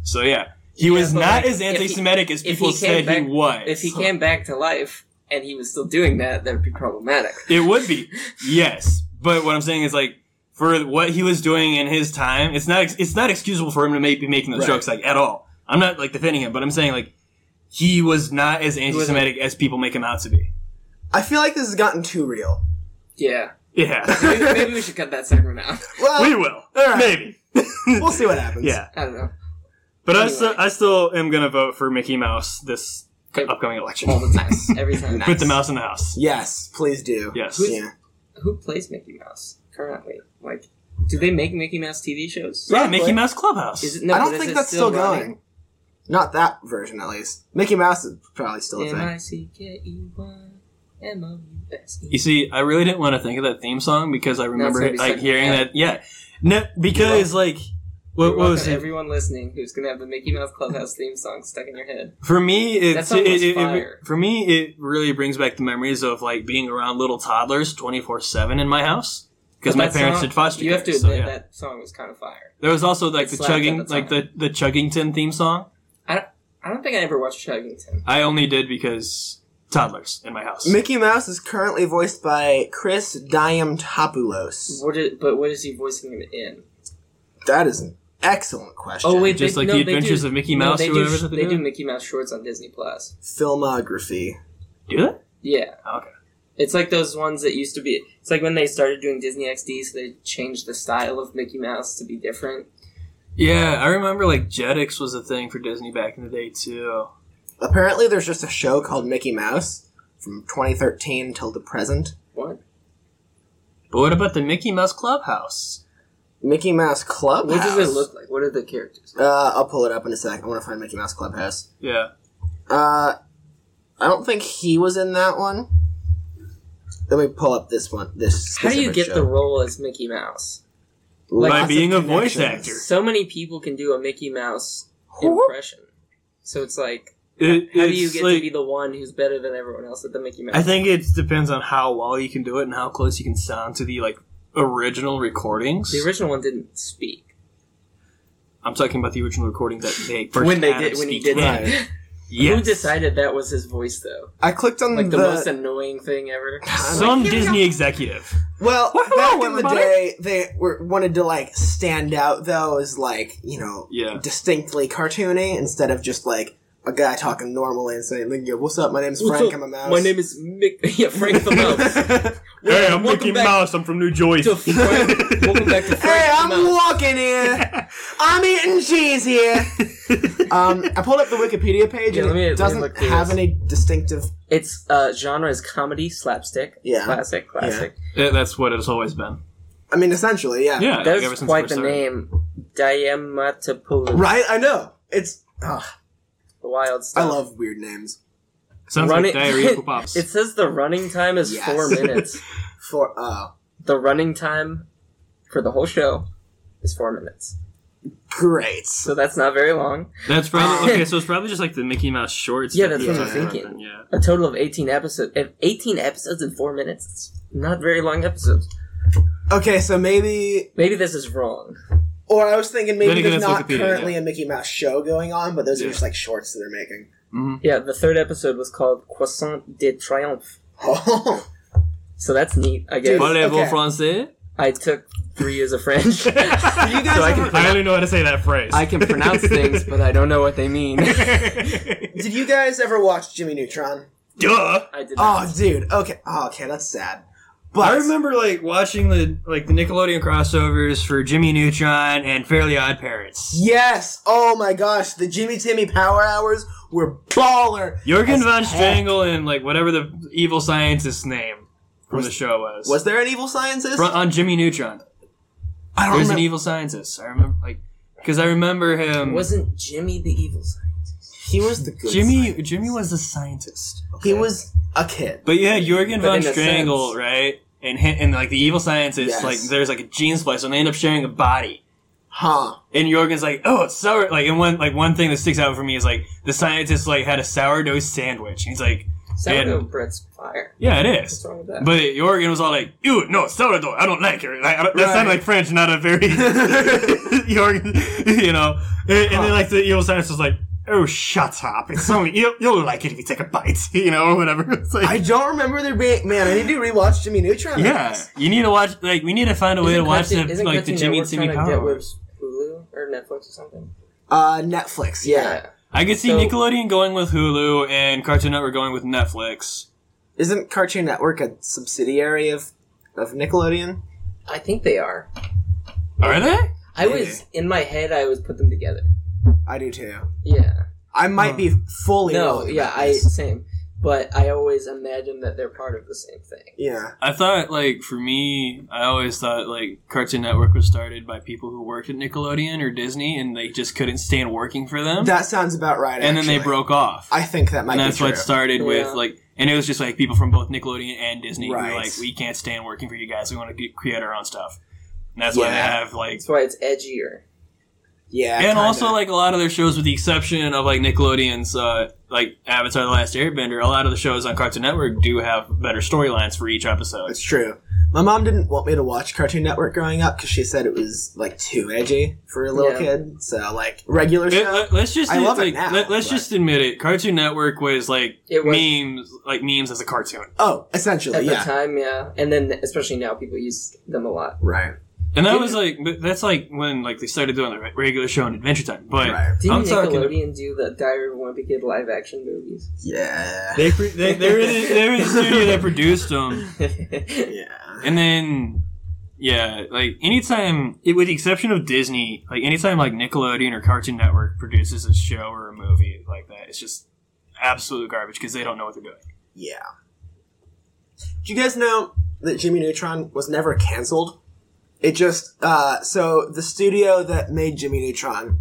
B: So yeah, he was
C: but,
B: not
C: like,
B: as
C: if he-
B: anti-Semitic as
C: if he
B: people
C: came
B: said he
C: back-
B: was.
C: If he came back to life and he was still doing that, that would be problematic.
B: It would be, yes. But what I'm saying is like for what he was doing in his time, it's not it's not excusable for him to make, be making those
A: Right.
B: jokes like at all. I'm not like defending him, but I'm saying like he was not as anti-Semitic as people make him out to be.
A: I feel like this has gotten too real.
C: Yeah.
B: Yeah,
C: Maybe, maybe we should cut that segment out.
A: Well,
B: we will
A: all right.
B: maybe.
A: we'll see what happens.
B: Yeah,
C: I don't know.
B: but I
C: Anyway.
B: still I still am gonna vote for Mickey Mouse this
C: Okay.
B: upcoming election.
C: All the time. Every time.
B: Put the mouse in the house.
A: Yes, please do.
B: Yes.
A: Yeah.
C: Who plays Mickey Mouse currently? Like, do they make Mickey Mouse TV shows?
B: Yeah, Mickey Mouse Clubhouse.
C: Is it, no,
A: I don't
C: but is
A: think
C: it
A: that's still,
C: running?
A: going. Not that version, at least. Mickey Mouse is probably still a thing.
C: M I C K E Y. M O U S E.
B: You see, I really didn't want to think of that theme song because I remember
C: gonna be
B: like
C: such-
B: hearing
C: yeah.
B: that. Yeah, no, because like what, what was it?
C: Everyone listening who's gonna have the Mickey Mouse Clubhouse theme song stuck in your head.
B: For me,
C: That
B: it's
C: song
B: it,
C: was
B: it, it-
C: fire.
B: for me it really brings back the memories of like being around little toddlers twenty four seven in my house because my
C: But that
B: parents
C: song-
B: did foster.
C: You have to
B: care,
C: admit
B: so, yeah.
C: that song was kind of fire.
B: There was also like
C: It
B: the
C: slapped at
B: chugging,
C: the time.
B: like the the Chuggington theme song.
C: I don't think I ever watched Chuggington.
B: I only did because toddlers in my house.
A: Mickey Mouse is currently voiced by Chris Diamantopoulos.
C: What is, but what is he voicing him in?
A: That is an excellent question.
C: Oh wait,
B: Just
C: they,
B: like
C: no,
B: the
C: they
B: Adventures
C: do,
B: of Mickey
C: no,
B: Mouse
C: they
B: or
C: do-
B: whatever. that
C: they do Mickey Mouse shorts on Disney Plus.
A: filmography.
B: Do they?
C: Yeah.
B: Oh, Okay.
C: It's like those ones that used to be. It's like when they started doing Disney XD, so they changed the style of Mickey Mouse to be different.
B: Yeah, I remember like Jetix was a thing for Disney back in the day too.
A: Apparently, there's just a show called Mickey Mouse from 2013 till the present.
C: What?
B: But what about the Mickey Mouse Clubhouse?
A: Mickey Mouse Clubhouse.
C: What does it look like? What are the characters?
A: Uh, I'll pull it up in a sec. I want to find Mickey Mouse Clubhouse.
B: Yeah,
A: Uh, I don't think he was in that one. Let me pull up this one. This.
C: How do you
A: specific
C: get
A: show.
C: the role as Mickey Mouse?
A: Lots
B: by
A: of
B: being a voice
A: connections.
B: actor?
C: So many people can do a Mickey Mouse
A: Whoop.
C: impression. So it's like,
B: It-
C: how do you
B: it's
C: get to
B: like-
C: be the one who's better than everyone else at the Mickey Mouse?
B: I think it depends on how well you can do it and how close you can sound to the like original recordings.
C: the original one didn't speak
B: I'm talking about the original recordings that they first
C: when they
B: had
C: did
B: him
C: when he
B: speak
C: did
B: in.
A: that.
C: that.
B: Yes.
C: Who decided that was his voice though?
A: I clicked on
C: Like the,
A: the
C: most annoying thing ever.
B: Some Disney executive.
A: Well,
B: Well, hello,
A: back in the
B: everybody.
A: day, they were wanted to like stand out though as like you know
B: Yeah.
A: distinctly cartoony instead of just like a guy talking normally and saying, like, "Yo, "What's up? My name's Frank. I'm a mouse."
C: My name is Mick. Yeah, Frank the Mouse.
B: Hey,
C: Welcome
B: I'm Mickey
C: back
B: Mouse. I'm from New Jersey.
C: To Frank. Welcome back to Frank
A: Hey,
C: the
A: I'm
C: Mouse.
A: walking here. I'm eating cheese here. um, I pulled up the Wikipedia page
C: Yeah,
A: and
C: let me- let
A: it
C: me
A: doesn't
C: look through
A: have
C: this.
A: any distinctive.
C: It's uh, genre is comedy slapstick.
A: Yeah.
C: classic, classic.
B: Yeah, that's what it's always been.
A: I mean, essentially, yeah.
B: Yeah, like, ever
C: That's
B: since
C: quite
B: first
C: the
B: started.
C: name, Diamatopoulos.
A: Right. I know. It's. ugh,
C: Wild
A: I
C: stuff.
A: love weird names.
B: Sounds
C: Running-
B: like diarrhea for pops.
C: It says the running time is
A: Yes.
C: four minutes.
A: For uh,
C: the running time for the whole show is four minutes,
A: great.
C: so that's not very long.
B: That's probably okay. So it's probably just like the Mickey Mouse shorts.
C: Yeah,
B: that
C: that's
B: you
A: what I'm
B: talked about
C: thinking.
B: then, Yeah.
C: A total of eighteen episodes. eh, Eighteen episodes in four minutes. It's not very long episodes.
A: Okay, so maybe
C: Maybe this is wrong.
A: Or I was thinking
B: Then
A: maybe
B: again,
A: there's
B: that's
A: not
B: Wikipedia,
A: currently a Mickey Mouse show going on, but those are
B: Yeah.
A: just like shorts that they're making.
C: Yeah, the third episode was called Croissant de Triomphe.
A: Oh,
C: So that's neat, I guess.
A: Dude.
B: Parlez-vous
A: Okay.
B: français?
C: I took three years of French.
A: Do you guys
B: So I,
A: ever,
B: can, I only know how to say that phrase.
C: I can pronounce things, but I don't know what they mean.
A: did you guys ever watch Jimmy Neutron?
B: Duh.
C: I did not.
A: Oh, dude. Okay. Oh, okay. That's sad. But
B: I remember like watching the like the Nickelodeon crossovers for Jimmy Neutron and Fairly Odd Parents.
A: yes. Oh my gosh, the Jimmy Timmy Power Hours were baller.
B: Jorgen
A: As
B: von
A: heck.
B: Strangle and like whatever the evil scientist's name from
A: Was-
B: the show was.
A: Was there an evil scientist?
B: Fr- on Jimmy Neutron.
A: I don't
B: There was an
A: remember.
B: evil scientist. I remember like because I remember him.
C: Wasn't Jimmy the evil scientist?
A: he was the good
B: Jimmy?
A: scientist.
B: Jimmy was a scientist.
A: He was a kid.
B: But you had Jorgen
C: But
B: von
C: in a
B: Strangle,
C: sense.
B: right? And hi- and like the evil scientist,
A: Yes.
B: like there's like a gene splice, and they end up sharing a body.
A: Huh.
B: And Jorgen's like, oh, it's sour. Like, and one like one thing that sticks out for me is like the scientist like had a sourdough sandwich. And he's like,
C: Sourdough bread's fire.
B: yeah, it
C: What's
B: is.
C: wrong with that?
B: But Jorgen was all like, ew, no, sourdough. I don't like it. Like, I don't, That sounded
A: Right.
B: like French, not a very Jorgen, you know. And, and then like the evil scientist was like, oh, shut up. It's only you'll, you'll like it if you take a bite, you know, or whatever. It's like,
A: I don't remember there being. Man, I need to rewatch Jimmy Neutron. I
B: Yeah,
A: guess.
B: you need to watch. Like, we need to find a way to watch
C: Cartoon-
B: the
C: isn't
B: like the
C: Cartoon
B: Jimmy and
C: Network
B: Timmy
C: trying to
B: Power
C: get with
B: Wars.
C: Hulu or Netflix or something.
A: Uh, Netflix. yeah.
B: I could see
C: So-
B: Nickelodeon going with Hulu and Cartoon Network going with Netflix.
A: Isn't Cartoon Network a subsidiary of of Nickelodeon?
C: I think they are.
B: Are they?
C: I was in my head. I always put them together.
A: I do too.
C: Yeah.
A: I might be fully.
C: No.
A: wrong about
C: Yeah. I
A: this.
C: same. but I always imagine that they're part of the same thing.
A: Yeah.
B: I thought, like, for me, I always thought, like, Cartoon Network was started by people who worked at Nickelodeon or Disney and they just couldn't stand working for them.
A: That sounds about right.
B: and then they
A: actually.
B: broke off.
A: I think that might
B: and
A: be
B: that's
A: true.
B: what started
C: Yeah.
B: with, like, and it was just, like, people from both Nickelodeon and Disney who
A: Right.
B: were like, we can't stand working for you guys. We want to get, create our own stuff. And that's why they
A: Yeah.
B: have, like,
C: That's why it's edgier.
A: yeah.
B: and
A: kinda.
B: also like a lot of their shows with the exception of like nickelodeon's uh, like avatar the last airbender a lot of the shows on cartoon network do have better storylines for each episode
A: It's true. My mom didn't want me to watch Cartoon Network growing up because she said it was like too edgy for a little
C: Yeah.
A: kid. So like regular
B: It-
A: show.
B: let, us just
A: I love it
B: like,
A: now,
B: let, us
A: but-
B: just admit it cartoon network was like
C: It was
B: memes like memes as a cartoon
A: Oh, essentially,
C: at the
A: yeah.
C: time, yeah, and then especially now people use them a lot.
A: Right.
B: and that
C: Yeah.
B: was like but that's like when like they started doing the re- regular show on adventure time but
A: Right.
C: Didn't
B: I'm talking-
C: Nickelodeon do the Diary of a Wimpy Kid live action movies?
A: Yeah.
B: they, pro- they, they, were the, they were the studio that produced them
A: yeah.
B: And then, yeah, like anytime, it, with the exception of Disney, like anytime like Nickelodeon or Cartoon Network produces a show or a movie like that, it's just absolute garbage because they don't know what they're doing.
A: Yeah. Do you guys know that Jimmy Neutron was never canceled? It just uh, so the studio that made Jimmy Neutron,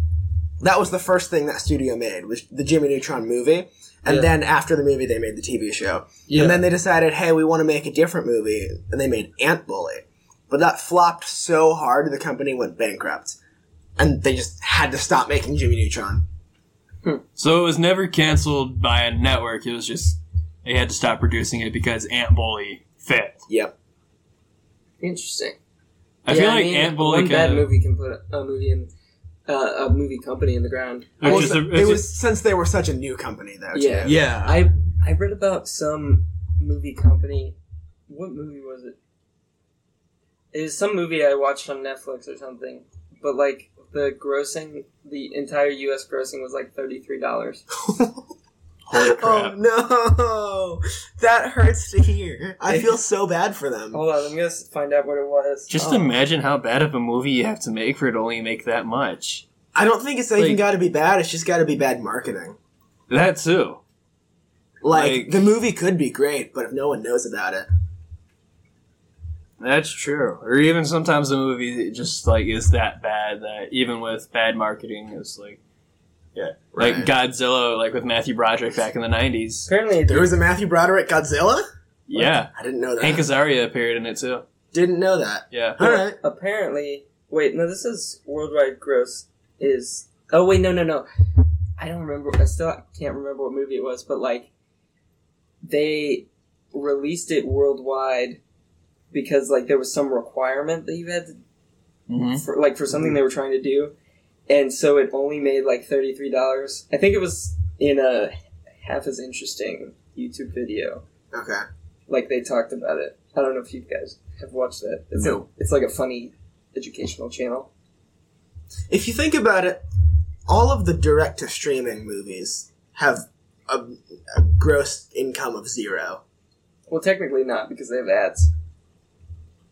A: that was the first thing that studio made was the Jimmy Neutron movie, and
C: Yeah.
A: then after the movie they made the TV show, and then they decided, hey, we want to make a different movie, and they made Ant Bully, but that flopped so hard the company went bankrupt, and they just had to stop making Jimmy Neutron.
B: So it was never canceled by a network. It was just they had to stop producing it because Ant Bully failed.
A: Yep.
C: Interesting.
B: I
C: Yeah,
B: feel like
C: mean,
B: Ant Bully
C: One bad
B: kind of.
C: movie can put a, a movie in uh, a movie company in the ground.
B: It
A: Also,
B: was just a-
A: it
B: it's
A: was since they were such a new company though. too.
C: Yeah.
D: Yeah.
C: I I read about some movie company. What movie was it? It was some movie I watched on Netflix or something. But like the grossing, the entire U.S. grossing was like thirty three dollars.
B: Holy crap.
A: um, Oh no, that hurts to hear. I feel so bad for them.
B: Oh.
C: Hold on, I'm gonna s- find out what it was. Um,
B: Just
A: Oh.
B: imagine how bad of a movie you have to make for it to only make that much.
A: I don't think it's even
B: Like-
A: got to be bad. It's just got to be bad marketing.
B: That too.
A: Like,
B: Like-
A: the movie could be great, but if no one knows about it,
B: That's true. Or even sometimes the movie it just like is that bad that even with bad marketing it's like yeah.
A: Right.
B: Like Godzilla like with Matthew Broderick back in the 90s.
C: apparently,
A: there was a Matthew Broderick Godzilla.
B: Yeah.
A: I didn't know that.
B: Hank Azaria appeared in it too.
A: didn't know that.
B: Yeah.
A: All right.
C: apparently. Wait, no, this is worldwide gross. Is oh wait, no, no, no. I don't remember. I still can't remember what movie it was, but like they released it worldwide because like there was some requirement that you had to
A: Mm-hmm.
B: hmm
C: for like for something they were trying to do, and so it only made like thirty three dollars. I think it was in a half as interesting YouTube video.
A: Okay.
C: Like they talked about it. I don't know if you guys have watched that. It's a,
A: No.
C: it's like a funny educational channel.
A: If you think about it, all of the direct to streaming movies have a, a gross income of zero.
C: Well, technically not because they have ads.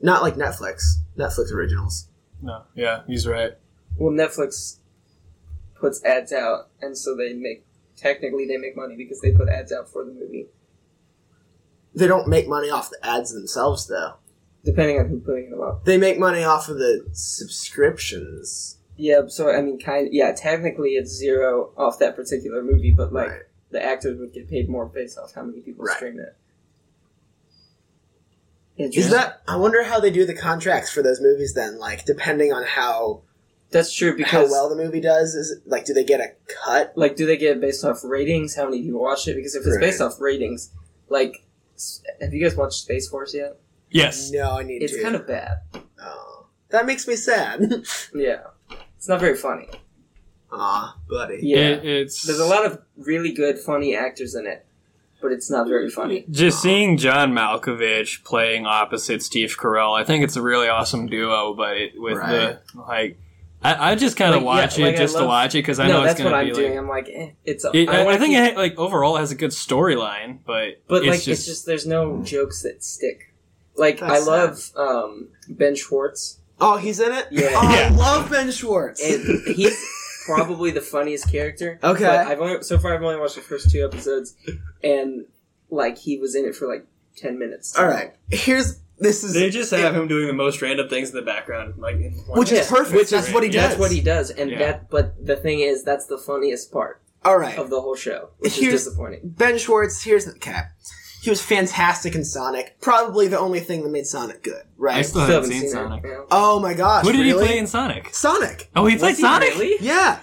A: Not like Netflix. Netflix originals.
B: No. Yeah, he's right.
C: Well, Netflix puts ads out, and so they make technically they make money because they put ads out for the movie.
A: They don't make money off the ads themselves, though.
C: Depending on who's putting them up.
A: They make money off of the subscriptions.
C: Yeah, so I mean, kind yeah, technically it's zero off that particular movie, but like
A: right.
C: the actors would get paid more based off how many people
A: Right.
C: stream it.
A: Is
C: Interesting.
A: that I wonder how they do the contracts for those movies then, like depending on how
C: that's true because
A: how well the movie does, is it, like do they get a cut?
C: like do they get it based off ratings? How many people watch it? Because if it's
A: Right.
C: based off ratings, like s- have you guys watched Space Force yet?
B: Yes.
A: No, I need
C: It's
A: to.
C: kind of bad.
A: oh, that makes me sad.
C: Yeah, it's not very funny.
A: Aw, buddy.
C: Yeah,
B: It- it's
C: there's a lot of really good funny actors in it, but it's not very funny.
B: just seeing John Malkovich playing opposite Steve Carell, I think it's a really awesome duo. But it, with the like, I, I just kind of
C: Like, yeah,
B: watch it
C: like, I
B: just
C: love-
B: to watch it because I
C: no,
B: know
C: that's
B: it's going
C: what
B: to
C: I'm
B: be like
C: doing. I'm like, eh, it's. a-
B: It, I, I
C: wanna
B: think
C: keep-
B: it like overall has a good storyline, but
C: But
B: it's
C: like,
B: just, Mm.
C: it's just there's no jokes that stick. Like
A: That's
C: I love um, Ben Schwartz.
A: Oh, he's in it.
C: Yeah.
A: Oh, I
B: Yeah.
A: love Ben Schwartz.
C: And he's probably the funniest character.
A: Okay.
C: But I've only so far I've only watched the first two episodes, and like he was in it for like ten minutes.
A: All right. Here's this is
D: They just have him doing the most random things in the background, like in one-
A: which
C: Yeah,
A: is perfect.
D: which
A: that's
D: is-
A: what he does.
C: That's what he does, and
D: Yeah.
C: that. But the thing is, that's the funniest part
A: All right.
C: of the whole show, which
A: Here's-
C: is disappointing.
A: Ben Schwartz, here's the cap. He was fantastic in Sonic. Probably the only thing that made Sonic good, right?
B: I still
C: Still
B: haven't
C: haven't
B: seen,
C: seen
B: Sonic.
C: it. yeah.
A: oh my gosh.
B: Who did
A: really?
B: he play in Sonic?
A: Sonic.
B: Oh, he played
C: Was he
B: Sonic,
C: really?
A: Yeah.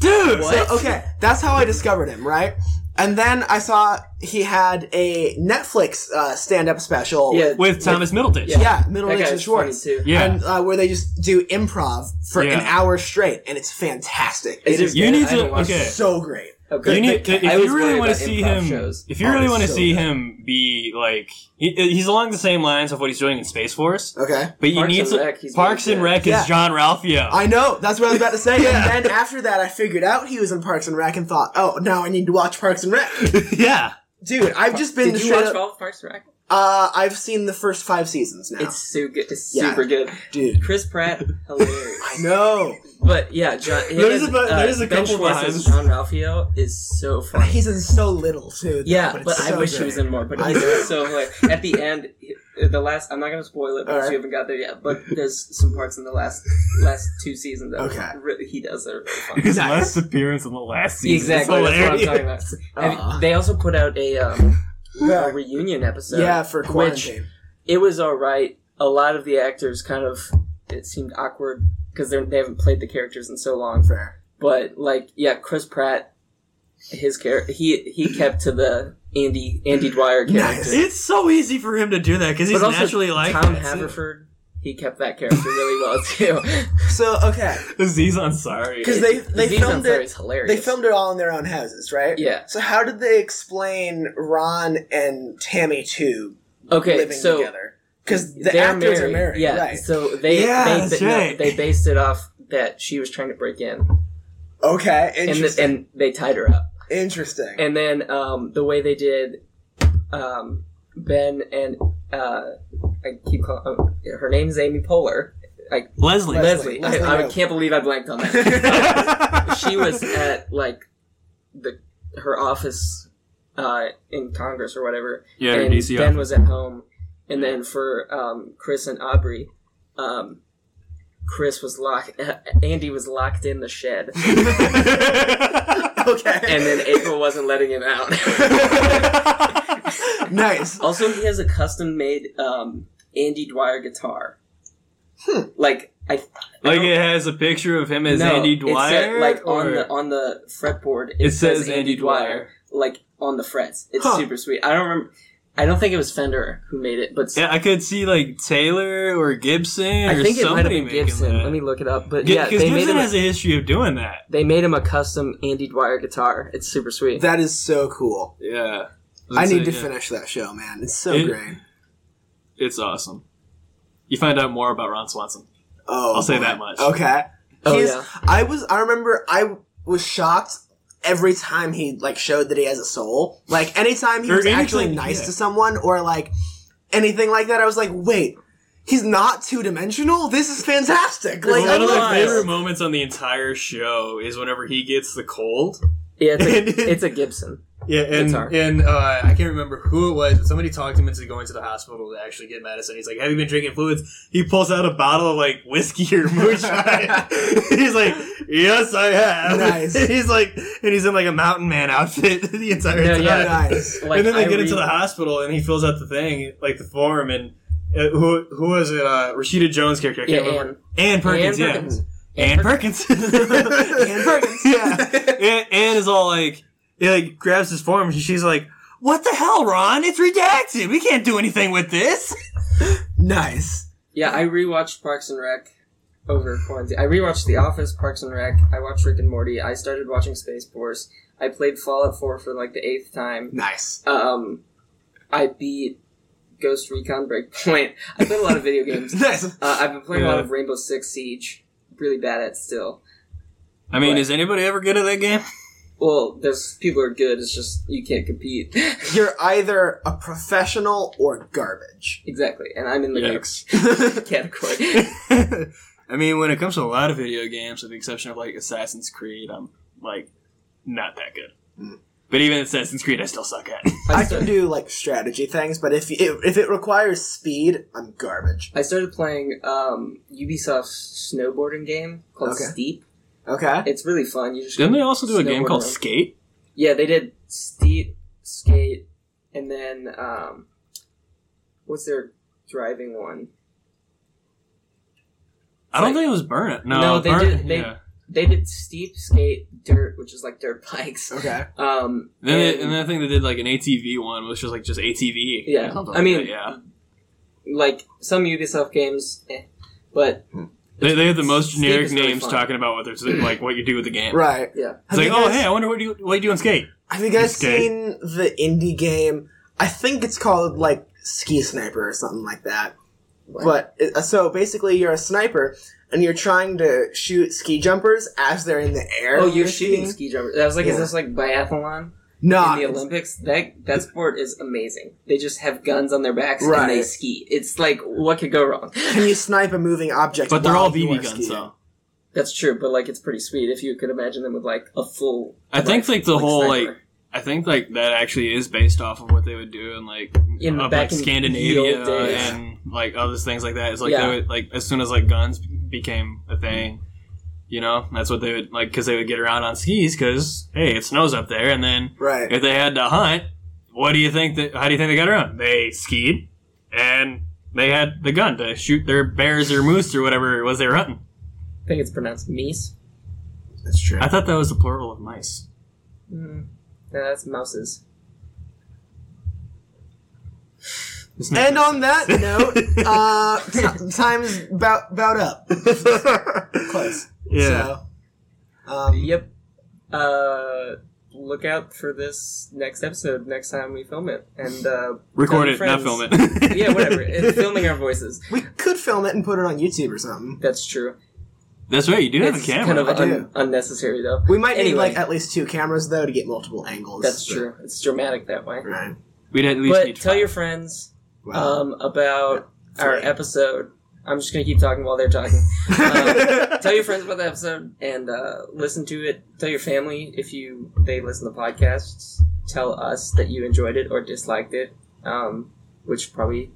B: dude.
C: What?
A: So, okay, that's how I discovered him, right? And then I saw he had a Netflix uh, stand-up special.
C: Yeah,
B: With Thomas Middleton.
A: yeah, Middle
C: that
A: Aged
C: guy's funny
A: Schwartz.
C: too.
B: Yeah.
A: And uh, where they just do improv for
B: Yeah.
A: an hour straight, and it's fantastic.
C: Is
A: It
C: it
A: is
C: good?
B: You need
C: I
B: to-
C: haven't watched
B: okay.
C: it.
A: so great.
C: Okay.
B: You need, if
C: I was
B: you really
C: worried
B: want to
C: about
B: see
C: improv
B: him,
C: shows.
B: if you
A: Oh,
B: really
A: it's
B: want to
A: so
B: see
A: good.
B: him be like, he, he's along the same lines of what he's doing in Space Force,
A: Okay,
B: but you
C: Parks
B: need
C: and
B: to,
C: Rec, he's
B: Parks
C: really
B: and
C: good.
B: Rec
A: Yeah.
B: is John Ralphio.
A: I know that's what I was about to say.
B: Yeah.
A: And then after that, I figured out he was in Parks and Rec, and thought, oh, now I need to watch Parks and Rec.
B: yeah,
A: Dude, I've just been
C: Did you
A: straight
C: watch
A: up.
C: all of Parks and Rec?
A: Uh, I've seen the first five seasons now.
C: It's so good. It's
A: Yeah.
C: super good.
A: dude,
C: Chris Pratt, hilarious.
A: no,
C: but yeah, John. him
D: There's
C: as,
D: a bu-
C: uh,
D: there's a
C: ben
D: couple
C: Schwartz
D: behind.
C: as John Ralphio is so funny.
A: he's in so little too. though,
C: Yeah,
A: it's
C: but,
A: so
C: I wish
A: great.
C: he was in more. But
A: I
C: he's
A: know.
C: so like at the end, the last. I'm not gonna spoil it because
A: Alright.
C: you haven't got there yet. But there's some parts in the last last two seasons that
A: Okay.
C: really, he does that are really funny.
B: his
A: Nice.
B: last appearance in the last season. is
C: Exactly, that's what I'm
B: hilarious.
C: talking about.
A: Aw.
C: And they also put out a, um, a
A: Uh-huh. Yeah,
C: reunion episode.
A: yeah, for
C: which-
A: quarantine.
C: it was all right. A lot of the actors kind of it seemed awkward because they haven't played the characters in so long.
A: Fair.
C: But like, yeah, Chris Pratt, his character, he he kept to the Andy Andy Dwyer character.
A: Nice.
D: It's so easy for him to do that because he's
C: but also
D: naturally like
C: Tom
D: that, too.
C: Haverford. He kept that character really well too.
A: So okay,
B: Aziz Ansari.
A: because they they
C: Aziz
A: filmed
C: Ansari
A: it.
C: is hilarious.
A: They filmed it all in their own houses, right?
C: Yeah.
A: So how did they explain Ron and Tammy two
C: Okay,
A: living
C: so
A: together? Because the
C: they're
A: actors
C: married.
A: are married,
C: Yeah,
A: right?
C: so they
B: Yeah,
C: they,
B: that's
C: they, no,
B: right.
C: they based it off that she was trying to break in,
A: Okay,
C: and the,
A: interesting.
C: and they tied her up.
A: interesting.
C: And then um, the way they did um, Ben and uh, I keep calling uh, her name's Amy Poehler. Like
B: Leslie.
C: Leslie.
A: Leslie
C: I, I
A: Nope.
C: can't believe I blanked on that. she was at like the her office uh, in Congress or whatever.
B: Yeah, her
C: and
B: DC
C: Ben
B: office.
C: was at home. And then for um, Chris and Aubrey, um, Chris was locked. Andy was locked in the shed,
A: okay.
C: and then April wasn't letting him out.
A: nice.
C: Also, he has a custom made um, Andy Dwyer guitar.
A: Hmm.
C: Like I
B: like it has a picture of him as
C: no,
B: Andy
C: it said,
B: Dwyer.
C: like on
B: or-
C: the on the fretboard.
B: It says Andy Dwyer.
C: like on the frets. It's
A: Huh.
C: super sweet. I don't remember. I don't think it was Fender who made it, but
B: yeah, I could see like Taylor or Gibson.
C: I
B: or
C: think it might have
B: somebody
C: been
B: making
C: Gibson.
B: That.
C: Let me look it up. But
B: Gi-
C: yeah,
B: 'cause
C: they made
B: Gibson
C: him.
B: has
C: A,
B: a history of doing that.
C: they made him a custom Andy Dwyer guitar. It's super sweet.
A: That is so cool.
B: Yeah,
A: I need to
B: It's, uh, yeah.
A: finish that show, man. It's so
B: It-
A: great.
B: It's awesome. You find out more about Ron Swanson.
A: Oh,
B: I'll say
A: boy.
B: that much.
A: Okay.
C: Oh,
A: He's-
C: yeah.
A: I was. I remember. I was shocked every time he like showed that he has a soul. Like anytime he
B: Or
A: was actually
B: anything,
A: nice
B: yeah.
A: to someone or like anything like that, I was like, wait, he's not two dimensional. This is fantastic. Like I
B: One
A: love
B: of my
C: otherwise-
B: favorite moments on the entire show is whenever he gets the cold.
C: yeah, it's a, it's a Gibson.
D: Yeah, and
C: hard.
D: and uh, I can't remember who it was, but somebody talked him into going to the hospital to actually get medicine. He's like, "Have you been drinking fluids?" He pulls out a bottle of like whiskey or moonshine. he's like, "Yes, I have."
A: Nice.
D: he's like, and he's in like a mountain man outfit the entire
C: No,
D: time.
A: this.
C: yeah.
A: nice.
C: Like,
D: and then they
C: I
D: get into
C: read-
D: the hospital, and he fills out the thing, like the form, and uh, who who was it? Uh, Rashida Jones' character. I
C: Yeah,
D: can't remember. Ann Perkins.
C: Ann
D: yeah.
C: Perkins.
D: Ann Perkins.
A: Ann Perkins.
D: yeah. Ann, Ann is all like, he like grabs his form, and she's like, "What the hell, Ron? It's redacted. We can't do anything with this."
A: Nice.
C: Yeah, I rewatched Parks and Rec over quarantine. I rewatched The Office, Parks and Rec. I watched Rick and Morty. I started watching Space Force. I played Fallout 4 for like the eighth time.
A: Nice.
C: Um, I beat Ghost Recon Breakpoint. I played a lot of video games.
A: Nice.
C: Uh, I've been playing a lot
B: Yeah.
C: of Rainbow Six Siege. Really bad at still.
B: I mean,
C: What?
B: is anybody ever good at that game?
C: Well, there's people are good. It's just you can't compete.
A: You're either a professional or garbage.
C: exactly, and I'm in the
B: Yikes.
C: category.
B: I mean, when it comes to a lot of
C: Hmm.
B: video games, with the exception of like Assassin's Creed, I'm like not that good. But even Assassin's Creed, I still suck at.
A: I
C: started-
A: can do like strategy things, but if if, if it requires speed, I'm garbage.
C: I started playing um, Ubisoft's snowboarding game called
A: Okay.
C: Steep.
A: Okay.
C: It's really fun. You just
B: Didn't they also do a game
C: Snowboard
B: called
C: Run.
B: Skate?
C: yeah, they did Steep, Skate, and then um, what's their driving one?
B: I don't
C: Like-
B: think it was Burnout. No,
C: No, they
B: Burn-
C: did- they-
B: yeah.
C: They did Steep, Skate, Dirt, which is like dirt bikes.
A: Okay.
C: Um,
B: Then they-
C: and,
B: and then I think they did like an ATV one, which was like just ATV.
C: Yeah.
B: Something
C: I mean-
B: that, yeah.
C: like some Ubisoft games, eh, but
B: They, they have the most
C: Steep
B: generic
C: is really
B: names
C: fun.
B: talking about what they're like what you do with the game.
A: Right.
C: yeah,
B: It's
A: Have
B: like,
A: you
B: oh
A: guys-
B: hey, I wonder what you what you do on skate.
A: Have you guys
B: Skate.
A: seen the indie game? I think it's called like Ski Sniper or something like that. But it, so basically, you're a sniper and you're trying to shoot ski jumpers as they're in the air.
C: oh,
A: when
C: you're shooting
A: skiing.
C: ski jumpers. I was like,
A: Yeah.
C: is this like biathlon
A: No,
C: in the Olympics? That that sport is amazing. They just have guns on their backs and they
A: Right.
C: ski. It's like what could go wrong?
A: can you snipe a moving object?
B: But they're
A: while
B: all
A: you
B: BB
A: are
B: guns
A: skiing?
B: though.
C: That's true, but like it's pretty sweet if you could imagine them with like a full.
B: I think like the whole
C: sniper.
B: like I think like that actually is based off of what they would do in like
C: In-
B: of,
C: back
B: like
C: in the
B: Scandinavia
C: old days.
B: and like other things like that. It's like
C: Yeah.
B: they would, like as soon as like guns became a thing, you know, that's what they would like because they would get around on skis because hey, it snows up there, and then
A: Right.
B: if they had to hunt, what do you think that? How do you think they got around? They skied and they had the gun to shoot their bears or moose or whatever it was they were hunting.
C: I think it's pronounced meese.
A: That's true.
B: I thought that was the plural of mice.
C: Mm. No, that's mouses.
A: And on that note, uh, t- time's about about up. Close.
B: Yeah.
A: So, um,
C: Yep. Uh, look out for this next episode next time we film it and uh, tell
B: Record
C: your
B: it, not
C: friends.
B: film it.
C: yeah, whatever. It's filming our voices.
A: We could film it and put it on YouTube or something.
C: That's true.
B: That's right. You do have a
C: it's
B: camera.
C: kind of
A: I
C: un-
A: do.
C: unnecessary though.
A: We might need
C: Anyway.
A: like at least two cameras though to get multiple angles.
C: That's true. It's dramatic that way.
A: Right.
B: We'd at least
C: But
B: need
C: tell
B: five.
C: your friends
A: Well.
C: um, about our
A: Three.
C: episode. I'm just gonna keep talking while they're talking. um, tell your friends about the episode and uh, listen to it. Tell your family if you they listen to podcasts. Tell us that you enjoyed it or disliked it, um, which probably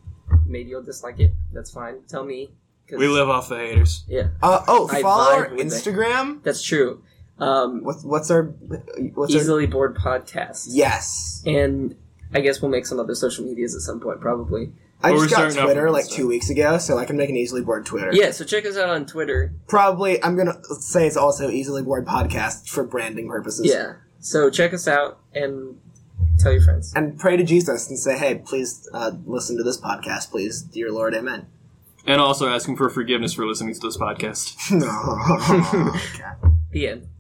C: maybe you'll dislike it. That's fine. Tell me. 'cause
B: we live off the haters.
C: Yeah,
A: Uh, oh,
C: I
A: follow our
C: vibe with it.
A: Instagram.
C: that's true. Um,
A: What's what's our what's our
C: easily bored podcast.
A: yes?
C: and I guess we'll make some other social medias at some point, probably.
A: I
B: Well,
A: just
B: we're
A: got
B: starting off
A: Twitter
B: with
A: like
B: Insta.
A: two weeks ago, so I can make an easily bored Twitter.
C: Yeah, so check us out on Twitter.
A: Probably, I'm gonna say it's also easily bored podcast for branding purposes.
C: Yeah, so check us out and tell your friends.
A: And pray to Jesus and say, hey, please uh, listen to this podcast, please, dear Lord, Amen.
B: And also asking for forgiveness for listening to this podcast.
A: okay.
C: The end.